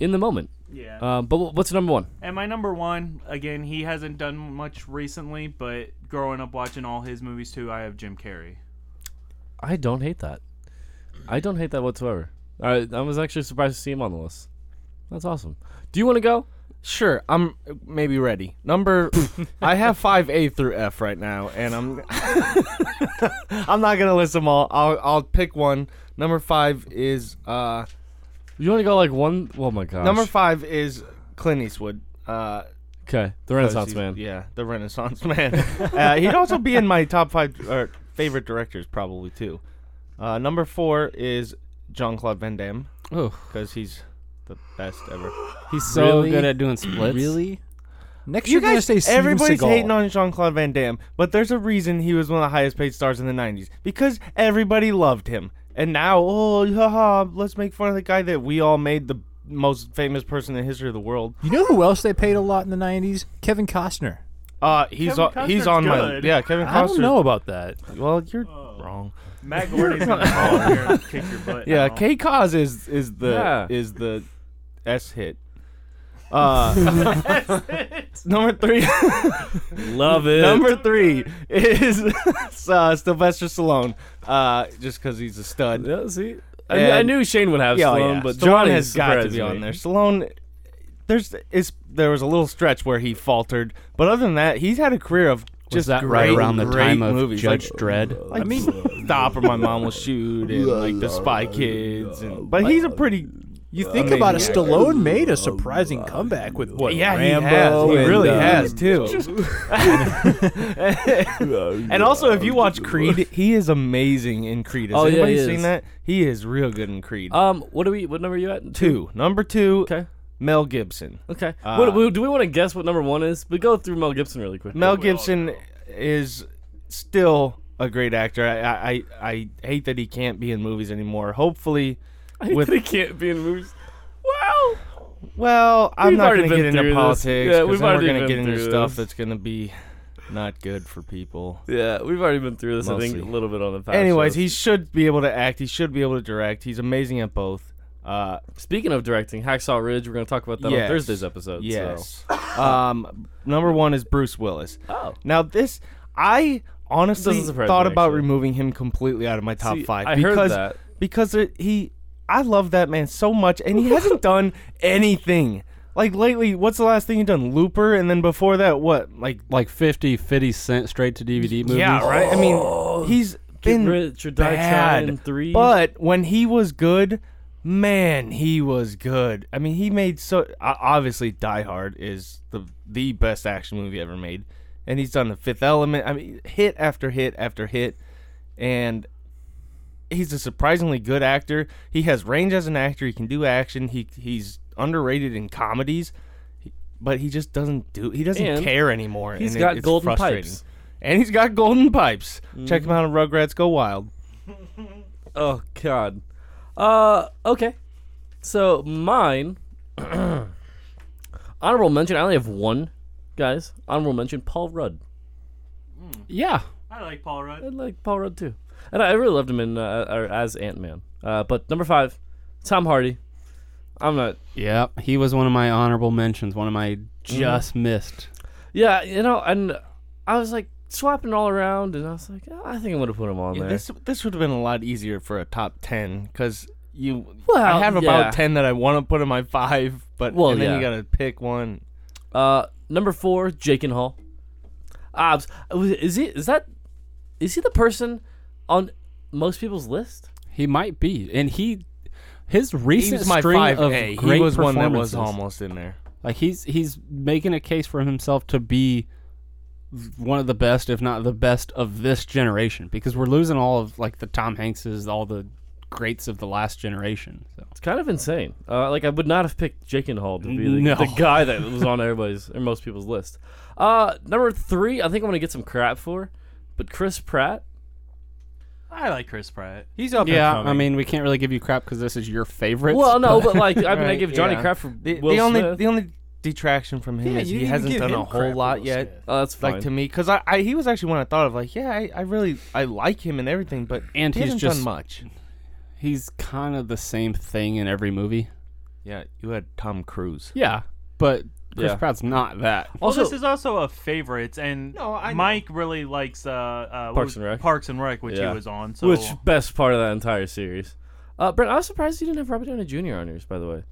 Speaker 9: in the moment.
Speaker 10: Yeah.
Speaker 9: Uh, but wh- what's number one?
Speaker 10: And my number one, again, he hasn't done much recently, but growing up watching all his movies too, I have Jim Carrey.
Speaker 9: I don't hate that. I don't hate that whatsoever. I I was actually surprised to see him on the list. That's awesome. Do you want to go?
Speaker 11: Sure, I'm maybe ready. Number, I have five A through F right now, and I'm, I'm not gonna list them all. I'll, I'll pick one. Number five is, uh,
Speaker 9: You want to go like one? Oh my gosh.
Speaker 11: number five is Clint Eastwood. Uh,
Speaker 9: Okay, the
Speaker 11: because
Speaker 9: Renaissance
Speaker 11: he's-
Speaker 9: man.
Speaker 11: Yeah, the Renaissance man. uh, he'd also be in my top five or favorite directors probably too. Uh, number four is Jean Claude Van Damme.
Speaker 1: Oh,
Speaker 11: because he's the best ever.
Speaker 1: He's so good at doing splits.
Speaker 11: Really?
Speaker 12: Next,
Speaker 11: you
Speaker 12: you're gonna
Speaker 11: guys,
Speaker 12: say Steven
Speaker 11: everybody's
Speaker 12: Seagal.
Speaker 11: hating on Jean Claude Van Damme, but there's a reason he was one of the highest paid stars in the '90s because everybody loved him. And now, oh, haha, let's make fun of the guy that we all made the most famous person in the history of the world.
Speaker 12: You know who else they paid a lot in the '90s? Kevin Costner.
Speaker 11: Uh, he's
Speaker 10: Kevin
Speaker 11: on, he's
Speaker 10: Costner's
Speaker 11: on my
Speaker 10: good. Oh.
Speaker 11: yeah. Kevin Costner.
Speaker 12: I don't know about that.
Speaker 11: Well, you're wrong.
Speaker 10: Matt Gordy's gonna call here and kick your butt.
Speaker 11: Yeah,
Speaker 10: now.
Speaker 12: Oh.
Speaker 11: K Cause is is the
Speaker 9: Yeah.
Speaker 11: is the S hit. Uh, number three.
Speaker 9: Love it.
Speaker 11: Number three is uh, Sylvester Stallone, uh, just because he's a stud.
Speaker 9: Yeah, see, I, knew- I
Speaker 11: And-
Speaker 9: knew Shane would have
Speaker 11: Yeah, oh,
Speaker 9: Sloan,
Speaker 11: yeah.
Speaker 9: but
Speaker 11: Stallone
Speaker 9: Johnny
Speaker 11: has got to
Speaker 9: surprised
Speaker 11: be on
Speaker 9: me.
Speaker 11: there. Stallone, there's is there was a little stretch where he faltered, but other than that, he's had a career of
Speaker 1: Was
Speaker 11: just
Speaker 1: that right
Speaker 11: great,
Speaker 1: around the
Speaker 11: great
Speaker 1: time of
Speaker 11: movies.
Speaker 1: Judge
Speaker 11: like,
Speaker 1: Dredd?
Speaker 11: I mean, Stop or My Mom Will Shoot and like The Spy Kids, and, but he's a pretty.
Speaker 12: You think about it,
Speaker 11: amazing actor.
Speaker 12: Stallone made a surprising comeback with what?
Speaker 11: Yeah,
Speaker 12: Rambo
Speaker 11: he has. He
Speaker 12: and,
Speaker 11: really
Speaker 12: uh,
Speaker 11: has too. and also, if you watch Creed, he is amazing in Creed. Has
Speaker 9: Oh, yeah,
Speaker 11: anybody
Speaker 9: he
Speaker 11: seen
Speaker 9: is.
Speaker 11: that? He is real good in Creed.
Speaker 9: Um, what are we? What number are you at?
Speaker 11: two, number two,
Speaker 9: Okay.
Speaker 11: Mel Gibson.
Speaker 9: Okay.
Speaker 11: Uh,
Speaker 9: what, what- do we want to guess what number one is? We go through Mel Gibson really quick.
Speaker 11: Mel Gibson is still a great actor. I, I I hate that he can't be in movies anymore. Hopefully,
Speaker 9: I think
Speaker 11: with-
Speaker 9: they can't be in movies. Wow.
Speaker 11: well, I'm
Speaker 9: We've
Speaker 11: not
Speaker 9: already
Speaker 11: going to
Speaker 9: been
Speaker 11: get into
Speaker 9: through this.
Speaker 11: politics.
Speaker 9: Yeah,
Speaker 11: 'cause
Speaker 9: we've
Speaker 11: then we're
Speaker 9: already
Speaker 11: going to
Speaker 9: been
Speaker 11: get into
Speaker 9: through
Speaker 11: stuff
Speaker 9: this.
Speaker 11: that's going to be not good for people.
Speaker 9: Yeah, we've already been through this. I think
Speaker 11: Mostly.
Speaker 9: a little bit on the past.
Speaker 11: Anyways,
Speaker 9: shows.
Speaker 11: he should be able to act. He should be able to direct. He's amazing at both. Uh,
Speaker 9: speaking of directing Hacksaw Ridge. We're going to talk about that on
Speaker 11: Yes.
Speaker 9: Thursday's episode. So.
Speaker 11: yes. um, number one is Bruce Willis.
Speaker 9: Oh.
Speaker 11: Now this, I honestly
Speaker 9: Doesn't surprise
Speaker 11: thought
Speaker 9: me,
Speaker 11: about
Speaker 9: actually.
Speaker 11: removing him completely out of my top
Speaker 9: See,
Speaker 11: five
Speaker 9: I heard
Speaker 11: because
Speaker 9: that.
Speaker 11: because it, he, I love that man so much, and he hasn't done anything. Like lately, what's the last thing he done? Looper, and then before that, what? Like,
Speaker 1: Like 50, 50 cent straight to DVD movies.
Speaker 11: yeah, right. I mean, he's
Speaker 9: Oh, Get
Speaker 11: been
Speaker 9: Rich or Die
Speaker 11: bad.
Speaker 9: Trying three.
Speaker 11: But when he was good, man, he was good. I mean, he made so o- obviously Die Hard is the the best action movie ever made, and he's done The Fifth Element. I mean, hit after hit after hit, and he's a surprisingly good actor. He has range as an actor. He can do action. He he's underrated in comedies. He- But he just doesn't do. He doesn't
Speaker 9: And
Speaker 11: care anymore.
Speaker 9: he's
Speaker 11: and it-
Speaker 9: got
Speaker 11: it's
Speaker 9: golden
Speaker 11: frustrating. Mm-hmm.
Speaker 9: pipes.
Speaker 11: and he's got golden pipes. Check him out on Rugrats Go Wild.
Speaker 9: Oh God. Uh, okay. So mine honorable mention. I only have one, guys. Honorable mention: Paul Rudd.
Speaker 1: yeah.
Speaker 10: I like Paul
Speaker 9: I
Speaker 10: Rudd.
Speaker 9: like Paul Rudd too, and I I really loved him in uh, or as Ant Man. Uh, but number five, Tom Hardy. I'm not. Mm-hmm.
Speaker 1: Yeah. He was one of my honorable mentions, one of my just missed.
Speaker 9: Yeah, you know, and I was like swapping all around, and I was like, "Oh, I think I'm gonna put him on
Speaker 11: Yeah,
Speaker 9: there.
Speaker 11: this this would have been a lot easier for a top ten because you. I
Speaker 9: Well,
Speaker 11: have
Speaker 9: yeah.
Speaker 11: about ten that I want to put in my five, but
Speaker 9: Well,
Speaker 11: and then
Speaker 9: yeah.
Speaker 11: you gotta pick one.
Speaker 9: Uh, number four, Jake and Hall. Obs, is he? Is that? Is he the person on most people's list?
Speaker 1: He might be. And he. His recent
Speaker 11: my
Speaker 1: string
Speaker 11: five
Speaker 1: of
Speaker 11: A.
Speaker 1: great
Speaker 11: He was one that was
Speaker 1: performances-
Speaker 11: almost in there.
Speaker 1: Like he's he's making a case for himself to be one of the best, if not the best, of this generation. Because we're losing all of like the Tom Hankses, all the greats of the last generation. So
Speaker 9: It's kind of insane. Uh, like I would not have picked Jake and Hall to be the,
Speaker 1: No.
Speaker 9: the guy that was on everybody's or most people's list. Uh, number three, I think I'm gonna get some crap for, but Chris Pratt.
Speaker 10: I like Chris Pratt.
Speaker 11: He's up.
Speaker 1: yeah, I mean we can't really give you crap because this is your favorite.
Speaker 9: Well, no, but like I mean, I
Speaker 11: Right,
Speaker 9: give Johnny
Speaker 11: yeah.
Speaker 9: crap for
Speaker 11: the,
Speaker 9: Will
Speaker 11: the only
Speaker 9: Smith.
Speaker 11: the only detraction from him
Speaker 12: Yeah,
Speaker 11: is
Speaker 12: you
Speaker 11: he
Speaker 12: didn't
Speaker 11: hasn't
Speaker 12: give
Speaker 11: done
Speaker 12: him
Speaker 11: a
Speaker 12: crap
Speaker 11: whole
Speaker 12: for
Speaker 11: lot
Speaker 12: Will
Speaker 11: yet.
Speaker 12: Smith.
Speaker 9: oh, that's fine.
Speaker 11: Like to me, because I, I he was actually one I thought of. Like, yeah, I, I really I like him and everything, but
Speaker 1: And
Speaker 11: he
Speaker 1: he's
Speaker 11: hasn't
Speaker 1: just-
Speaker 11: done much.
Speaker 1: he's kind of the same thing in every movie.
Speaker 11: Yeah, you had Tom Cruise.
Speaker 1: Yeah, but Chris
Speaker 9: Yeah.
Speaker 1: Pratt's not that.
Speaker 9: Also-
Speaker 10: well, this is also a favorite, and
Speaker 11: No, I know.
Speaker 10: Mike really likes uh, uh, what
Speaker 9: Parks
Speaker 10: was-
Speaker 9: and Rec.
Speaker 10: Parks and Rec, which
Speaker 9: Yeah.
Speaker 10: he was on. So
Speaker 9: Which best part of that entire series? Uh, Brent, I was surprised you didn't have Robert Downey Jr. on yours, by the way.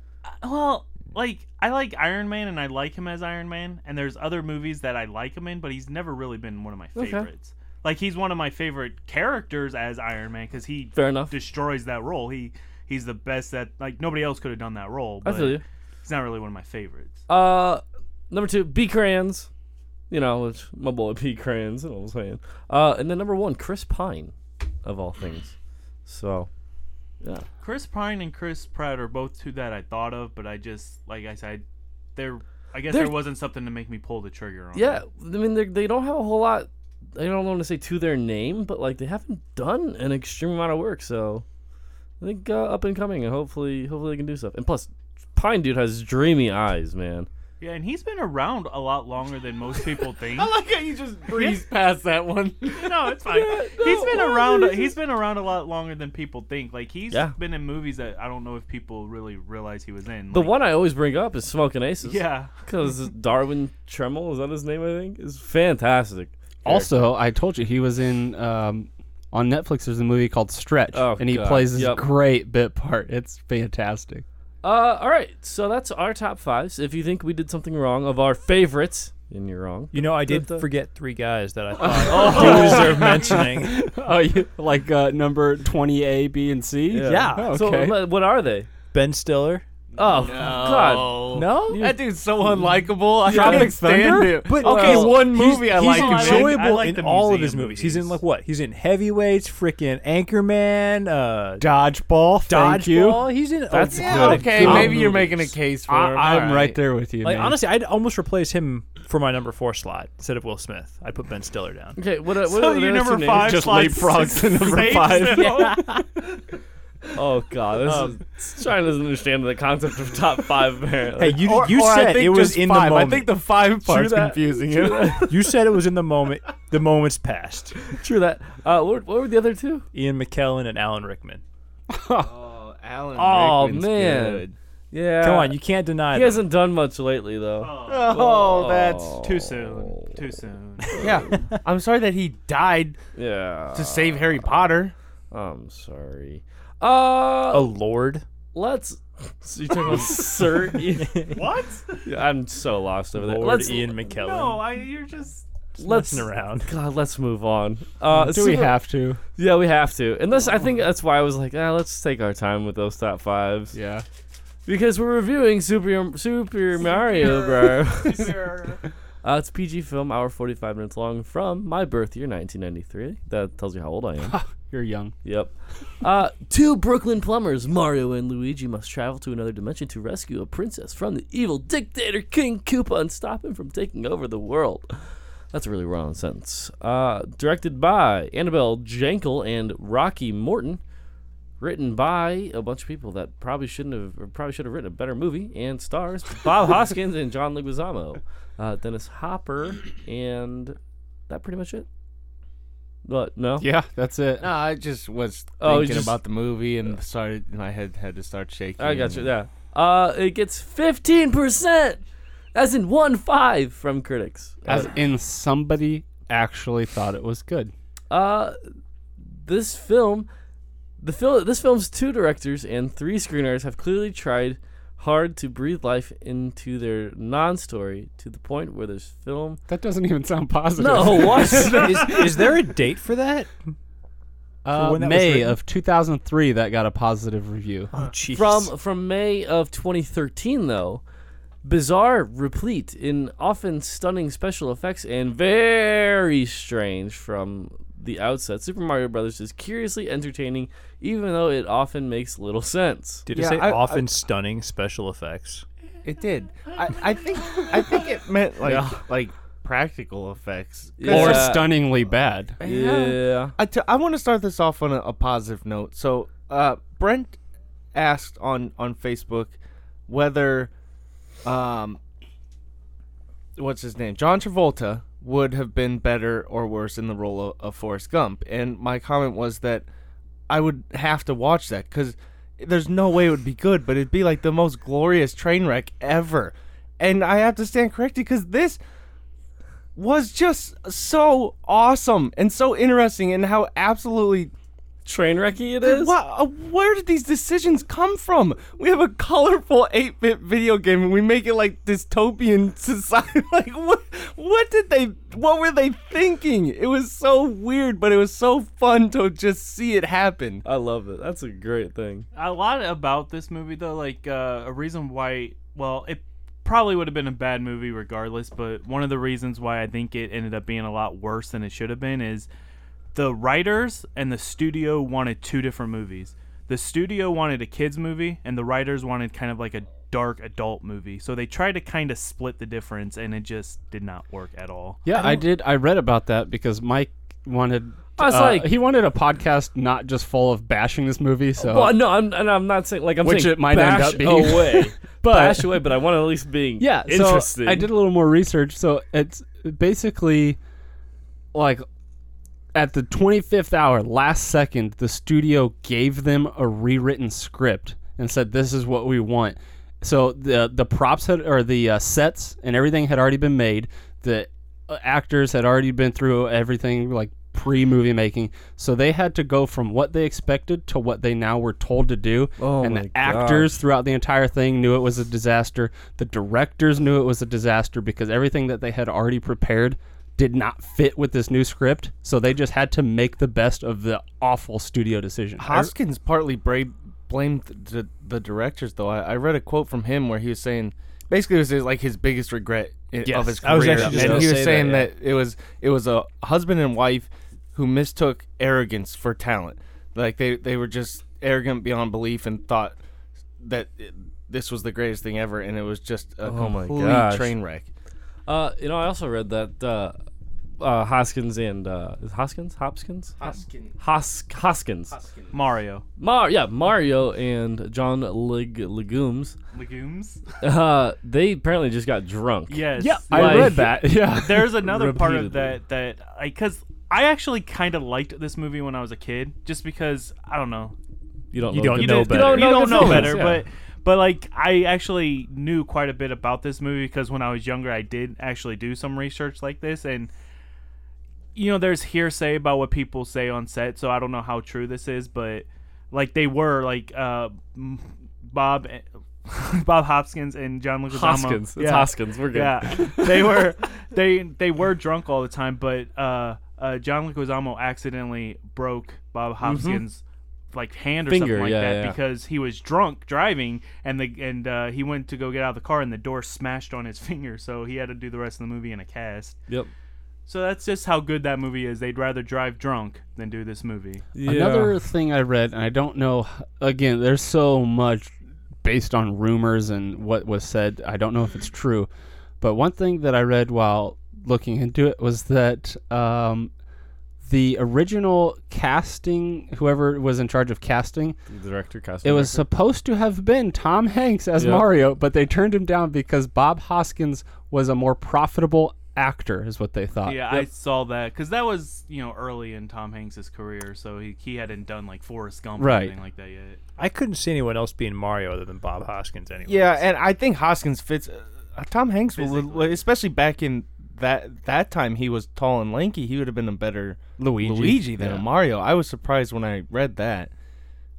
Speaker 10: Well, like I like Iron Man and I like him as Iron Man, and there's other movies that I like him in, but he's never really been one of my
Speaker 9: Okay.
Speaker 10: favorites. Like he's one of my favorite characters as Iron Man because he
Speaker 9: Fair enough.
Speaker 10: destroys that role. He he's the best that like nobody else could have done that role.
Speaker 9: I
Speaker 10: But
Speaker 9: feel you.
Speaker 10: He's not really one of my favorites.
Speaker 9: Uh, number two, B. Crayons. You know, it's my boy P. Crans, you know what I'm saying. Uh, and then number one, Chris Pine, of all things. So, yeah.
Speaker 10: Chris Pine and Chris Pratt are both two that I thought of, but I just like I said, there. I guess
Speaker 9: They're-
Speaker 10: there wasn't something to make me pull the trigger on.
Speaker 9: Yeah, I mean, they they don't have a whole lot. I don't want to say to their name, but like they haven't done an extreme amount of work, so I think uh, up and coming, and hopefully, hopefully they can do stuff. And plus, Pine Dude has dreamy eyes, man.
Speaker 10: Yeah, and he's been around a lot longer than most people think.
Speaker 12: like how you just breezed past that one.
Speaker 10: no, it's fine. he's been around. He's been around a lot longer than people think. Like he's
Speaker 9: Yeah.
Speaker 10: been in movies that I don't know if people really realize he was in.
Speaker 9: The
Speaker 10: Like,
Speaker 9: one I always bring up is Smoking Aces.
Speaker 10: Yeah.
Speaker 9: because Darwin Tremmel is that his name? I think is fantastic.
Speaker 1: Also, I told you he was in um, on Netflix. There's a movie called Stretch,
Speaker 9: Oh,
Speaker 1: and he
Speaker 9: God.
Speaker 1: plays this
Speaker 9: Yep.
Speaker 1: great bit part. It's fantastic.
Speaker 9: Uh, all right, so that's our top fives. If you think we did something wrong of our favorites, then you're wrong.
Speaker 12: You know, I did
Speaker 9: Da-da.
Speaker 12: forget three guys that I thought do deserve mentioning.
Speaker 1: Oh, you, like uh, number twenty A, B, and C. Yeah.
Speaker 9: So
Speaker 1: okay.
Speaker 9: uh, what are they?
Speaker 12: Ben Stiller.
Speaker 9: Oh God.
Speaker 12: No,
Speaker 9: That
Speaker 12: dude's so unlikable. I
Speaker 1: Tropic can't stand Thunder? him.
Speaker 12: But
Speaker 9: Okay,
Speaker 12: okay,
Speaker 9: one
Speaker 12: one movie I like.
Speaker 10: him in.
Speaker 12: enjoyable
Speaker 10: I like the
Speaker 12: in all of his
Speaker 10: museum
Speaker 12: movies. He's in
Speaker 10: movies.
Speaker 12: like what? He's in Heavyweights, freaking Anchorman, uh,
Speaker 1: Dodgeball. Thank you.
Speaker 12: Dodgeball. Oh, He's in.
Speaker 9: That's
Speaker 12: yeah,
Speaker 9: good.
Speaker 12: Okay,
Speaker 9: Good
Speaker 12: maybe you're
Speaker 9: movies.
Speaker 12: making a case for. him.
Speaker 1: I, am
Speaker 12: All
Speaker 1: right. there with you.
Speaker 12: Like
Speaker 1: man.
Speaker 12: honestly, I'd almost replace him for my number four slot instead of Will Smith. I'd put Ben Stiller down.
Speaker 9: Okay, what, uh, what
Speaker 10: So
Speaker 9: are the
Speaker 10: your
Speaker 9: other two
Speaker 10: number
Speaker 9: names?
Speaker 10: five
Speaker 9: Just
Speaker 10: slides
Speaker 9: leapfrogs to number
Speaker 10: saves
Speaker 9: five.
Speaker 10: them all.
Speaker 9: Oh god, this
Speaker 10: Um,
Speaker 9: is China doesn't understand the concept of top five apparently.
Speaker 12: Hey, you you said it was in the moment.
Speaker 11: five
Speaker 9: part's that. confusing True him. that.
Speaker 12: you said it was in the moment. The moment's passed.
Speaker 9: true that. Uh, what, what were the other two?
Speaker 12: Ian McKellen and Alan Rickman.
Speaker 11: Alan
Speaker 9: Oh,
Speaker 11: Rickman's
Speaker 9: man.
Speaker 11: good.
Speaker 9: Yeah,
Speaker 12: Come on, you can't deny
Speaker 9: He
Speaker 12: that.
Speaker 9: hasn't done much lately though.
Speaker 11: Oh, that's
Speaker 10: Too soon. Too soon.
Speaker 11: yeah. I'm sorry that he died
Speaker 9: Yeah,
Speaker 11: to save Harry Potter.
Speaker 9: I'm sorry. Uh,
Speaker 12: A lord.
Speaker 9: let's. So you talking about Sir? E- Ian-
Speaker 10: what?
Speaker 9: Yeah, I'm so lost over there.
Speaker 12: Lord
Speaker 9: let's
Speaker 12: Ian McKellen.
Speaker 10: No, I. You're just.
Speaker 9: let's
Speaker 12: messing around.
Speaker 9: God, let's move on. Uh,
Speaker 1: do we
Speaker 9: super-
Speaker 1: have to?
Speaker 9: Yeah, we have to. And this, I think that's why I was like, ah, let's take our time with those top fives.
Speaker 1: Yeah.
Speaker 9: Because we're reviewing Super Super Mario, bro.
Speaker 10: Sir.
Speaker 9: uh, it's a PG film, hour 45 minutes long from my birth year, 1993. That tells you how old I am.
Speaker 1: You're young.
Speaker 9: Yep. Uh, two Brooklyn plumbers, Mario and Luigi, must travel to another dimension to rescue a princess from the evil dictator King Koopa and stop him from taking over the world. That's a really wrong sentence. Uh, directed by Annabelle Jankel and Rocky Morton. Written by a bunch of people that probably shouldn't have, or probably should have written a better movie, and stars Bob Hoskins and John Leguizamo, uh, Dennis Hopper, and that pretty much it. But no,
Speaker 1: Yeah, that's it.
Speaker 11: No, I just was
Speaker 9: Oh,
Speaker 11: thinking
Speaker 9: just-
Speaker 11: about the movie and started. My head had to start shaking.
Speaker 9: I got you. Yeah. Uh, it gets fifteen percent, as in one five from critics.
Speaker 1: As in, somebody actually thought it was good.
Speaker 9: Uh, this film, the film, this film's two directors and three screenwriters have clearly tried hard to breathe life into their non-story to the point where this film.
Speaker 1: That doesn't even sound positive.
Speaker 9: No, what?
Speaker 12: is, is there a date for that?
Speaker 1: Uh,
Speaker 12: when that was
Speaker 1: May
Speaker 12: written?
Speaker 1: of 2003, that got a positive review.
Speaker 12: Oh, jeez.
Speaker 9: from from May of 2013 though. Bizarre, replete in often stunning special effects and very strange from the outset. Super Mario Brothers is curiously entertaining, even though it often makes little sense.
Speaker 12: did
Speaker 11: Yeah,
Speaker 12: it say
Speaker 11: I-
Speaker 12: often stunning special effects?
Speaker 11: It did. I, I think. I think it meant like like practical effects.
Speaker 1: Or
Speaker 9: Yeah.
Speaker 1: stunningly bad.
Speaker 9: Yeah.
Speaker 11: I, t- I want to start this off on a, a positive note. So, uh, Brent asked on on Facebook whether, um, what's his name, John Travolta would have been better or worse in the role of, of Forrest Gump, and my comment was that I would have to watch that because there's no way it would be good, but it'd be like the most glorious train wreck ever, and I have to stand corrected because this was just so awesome and so interesting and how absolutely
Speaker 9: Train wrecky it is.
Speaker 11: Wha- uh, where did these decisions come from we have a colorful 8-bit video game and we make it like dystopian society like what what did they what were they thinking it was so weird but it was so fun to just see it happen
Speaker 9: I love it. That's a great thing.
Speaker 10: a lot about this movie though like uh, a reason why well it probably would have been a bad movie regardless, but one of the reasons why I think it ended up being a lot worse than it should have been is the writers and the studio wanted two different movies. The studio wanted a kids movie and the writers wanted kind of like a dark adult movie. So they tried to kind of split the difference and it just did not work at all.
Speaker 1: Yeah, I, did. I read about that because Mike wanted.
Speaker 9: I was
Speaker 1: uh,
Speaker 9: like-
Speaker 1: he wanted a podcast not just full of bashing this movie. So
Speaker 9: Well, no, I'm, and I'm not saying like I'm
Speaker 1: Which
Speaker 9: saying
Speaker 1: it might end
Speaker 9: bash
Speaker 1: up being.
Speaker 9: away,
Speaker 1: But-
Speaker 9: bash away. But I want at least being
Speaker 1: yeah, so
Speaker 9: interesting.
Speaker 1: I did a little more research. So it's basically like at the 25th hour, last second, the studio gave them a rewritten script and said, "This is what we want." So the the props had or the uh, sets and everything had already been made. The uh, actors had already been through everything like pre movie making. So they had to go from what they expected to what they now were told to do.
Speaker 11: Oh
Speaker 1: and
Speaker 11: my
Speaker 1: the actors
Speaker 11: gosh.
Speaker 1: throughout the entire thing knew it was a disaster. The directors knew it was a disaster because everything that they had already prepared did not fit with this new script. So they just had to make the best of the awful studio decision.
Speaker 11: Hoskins partly bra- blamed the, the directors, though. I, I read a quote from him where he was saying, basically, it was his, like his biggest regret i-
Speaker 12: Yes,
Speaker 11: of his career,
Speaker 12: I was actually just
Speaker 11: and
Speaker 12: gonna
Speaker 11: he was
Speaker 12: say that,
Speaker 11: saying
Speaker 12: yeah.
Speaker 11: that, it was it was a husband and wife who mistook arrogance for talent. Like they they were just arrogant beyond belief and thought that it, this was the greatest thing ever, and it was just a
Speaker 9: Oh my
Speaker 11: complete
Speaker 9: gosh.
Speaker 11: train wreck.
Speaker 9: Uh, you know, I also read that uh, uh, Hoskins and uh, is Hoskins, Hopkins,
Speaker 1: Hoskin.
Speaker 9: Hos- Hoskins,
Speaker 10: Mario.
Speaker 9: Mar, yeah, Mario and John Leg- Legumes.
Speaker 10: Legumes?
Speaker 9: Uh, they apparently just got drunk.
Speaker 10: Yes.
Speaker 1: Yeah, I
Speaker 9: Like-
Speaker 1: read that. Yeah.
Speaker 10: There's another part of
Speaker 9: Repeatedly.
Speaker 10: that that I cuz I actually kind of liked this movie when I was a kid just because I don't know.
Speaker 9: You don't.
Speaker 12: You
Speaker 9: know
Speaker 12: don't
Speaker 9: good-
Speaker 12: know
Speaker 9: you
Speaker 12: better.
Speaker 9: don't
Speaker 10: You
Speaker 9: know,
Speaker 10: don't
Speaker 9: good
Speaker 10: know
Speaker 9: films,
Speaker 10: better,
Speaker 9: yeah.
Speaker 10: but but like I actually knew quite a bit about this movie because when I was younger I did actually do some research like this and you know there's hearsay about what people say on set so I don't know how true this is but like they were like uh m- Bob eh, Bob Hopkins and John Leguizamo
Speaker 9: Hoskins, it's Hoskins. We're good.
Speaker 10: yeah, they were they they were drunk all the time, but uh, uh, John Leguizamo accidentally broke Bob Hopkins' like hand or
Speaker 9: Mm-hmm. Finger,
Speaker 10: something like
Speaker 9: yeah,
Speaker 10: that
Speaker 9: yeah.
Speaker 10: because he was drunk driving, and the and uh, he went to go get out of the car, and the door smashed on his finger, so he had to do the rest of the movie in a cast.
Speaker 9: Yep.
Speaker 10: So that's just how good that movie is. They'd rather drive drunk than do this movie.
Speaker 1: Another thing I read, and I don't know. Again, there's so much based on rumors and what was said. I don't know if it's true, but one thing that I read while looking into it was that um, the original casting, whoever was in charge of casting,
Speaker 9: The director casting.
Speaker 1: it was supposed to have been Tom Hanks as
Speaker 9: Yeah.
Speaker 1: Mario, but they turned him down because Bob Hoskins was a more profitable actor, is what they thought.
Speaker 10: Yeah, I saw that because that was you know early in Tom Hanks's career, so he, he hadn't done like Forrest Gump or
Speaker 1: Right.
Speaker 10: anything like that yet.
Speaker 12: I couldn't see anyone else being Mario other than Bob Hoskins anyway.
Speaker 11: Yeah, and I think Hoskins fits. Uh, Tom Hanks, would- would, would- especially back in that that time, he was tall and lanky. He would have been a better
Speaker 1: Luigi.
Speaker 11: than a
Speaker 1: Yeah.
Speaker 11: Mario. I was surprised when I read that.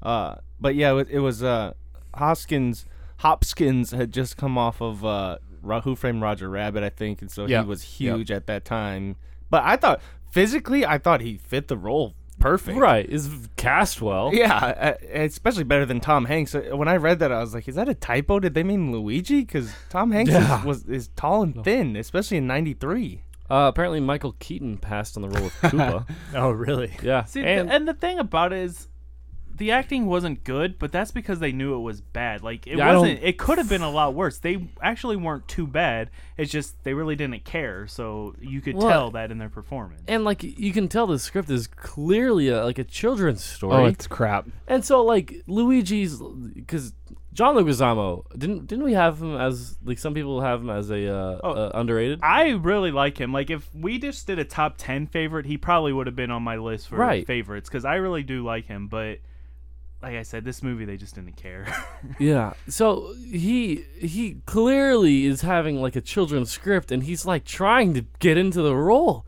Speaker 11: Uh, but yeah, it was, it was uh, Hoskins. Hopkins had just come off of uh, Ro- Who Framed Roger Rabbit, I think, and so
Speaker 1: Yeah.
Speaker 11: he was huge at that time. But I thought physically, I thought he fit the role perfect.
Speaker 9: right. Is cast well.
Speaker 11: Yeah, uh, especially better than Tom Hanks. Uh, When I read that, I was like, "Is that a typo? Did they mean Luigi?" Because Tom Hanks
Speaker 9: Yeah.
Speaker 11: is, was is tall and thin, especially in '93.
Speaker 9: Uh, apparently, Michael Keaton passed on the role of Koopa.
Speaker 12: Oh, really?
Speaker 9: yeah.
Speaker 10: See, th-
Speaker 9: and
Speaker 10: and, the thing about it is, the acting wasn't good, but that's because they knew it was bad. Like it
Speaker 9: Yeah, I don't-
Speaker 10: wasn't. It could have been a lot worse. They actually weren't too bad. It's just they really didn't care. So you could
Speaker 9: Well,
Speaker 10: tell that in their performance.
Speaker 9: and like you can tell, the script is clearly a, like a children's story.
Speaker 1: Oh, it's crap.
Speaker 9: And so like Luigi's because John Leguizamo didn't didn't we have him as like some people have him as a uh,
Speaker 10: Oh.
Speaker 9: uh, underrated
Speaker 10: I really like him. Like if we just did a top ten favorite, he probably would have been on my list for
Speaker 9: Right.
Speaker 10: favorites because I really do like him. But like I said, this movie they just didn't care.
Speaker 9: yeah so he he clearly is having like a children's script and he's like trying to get into the role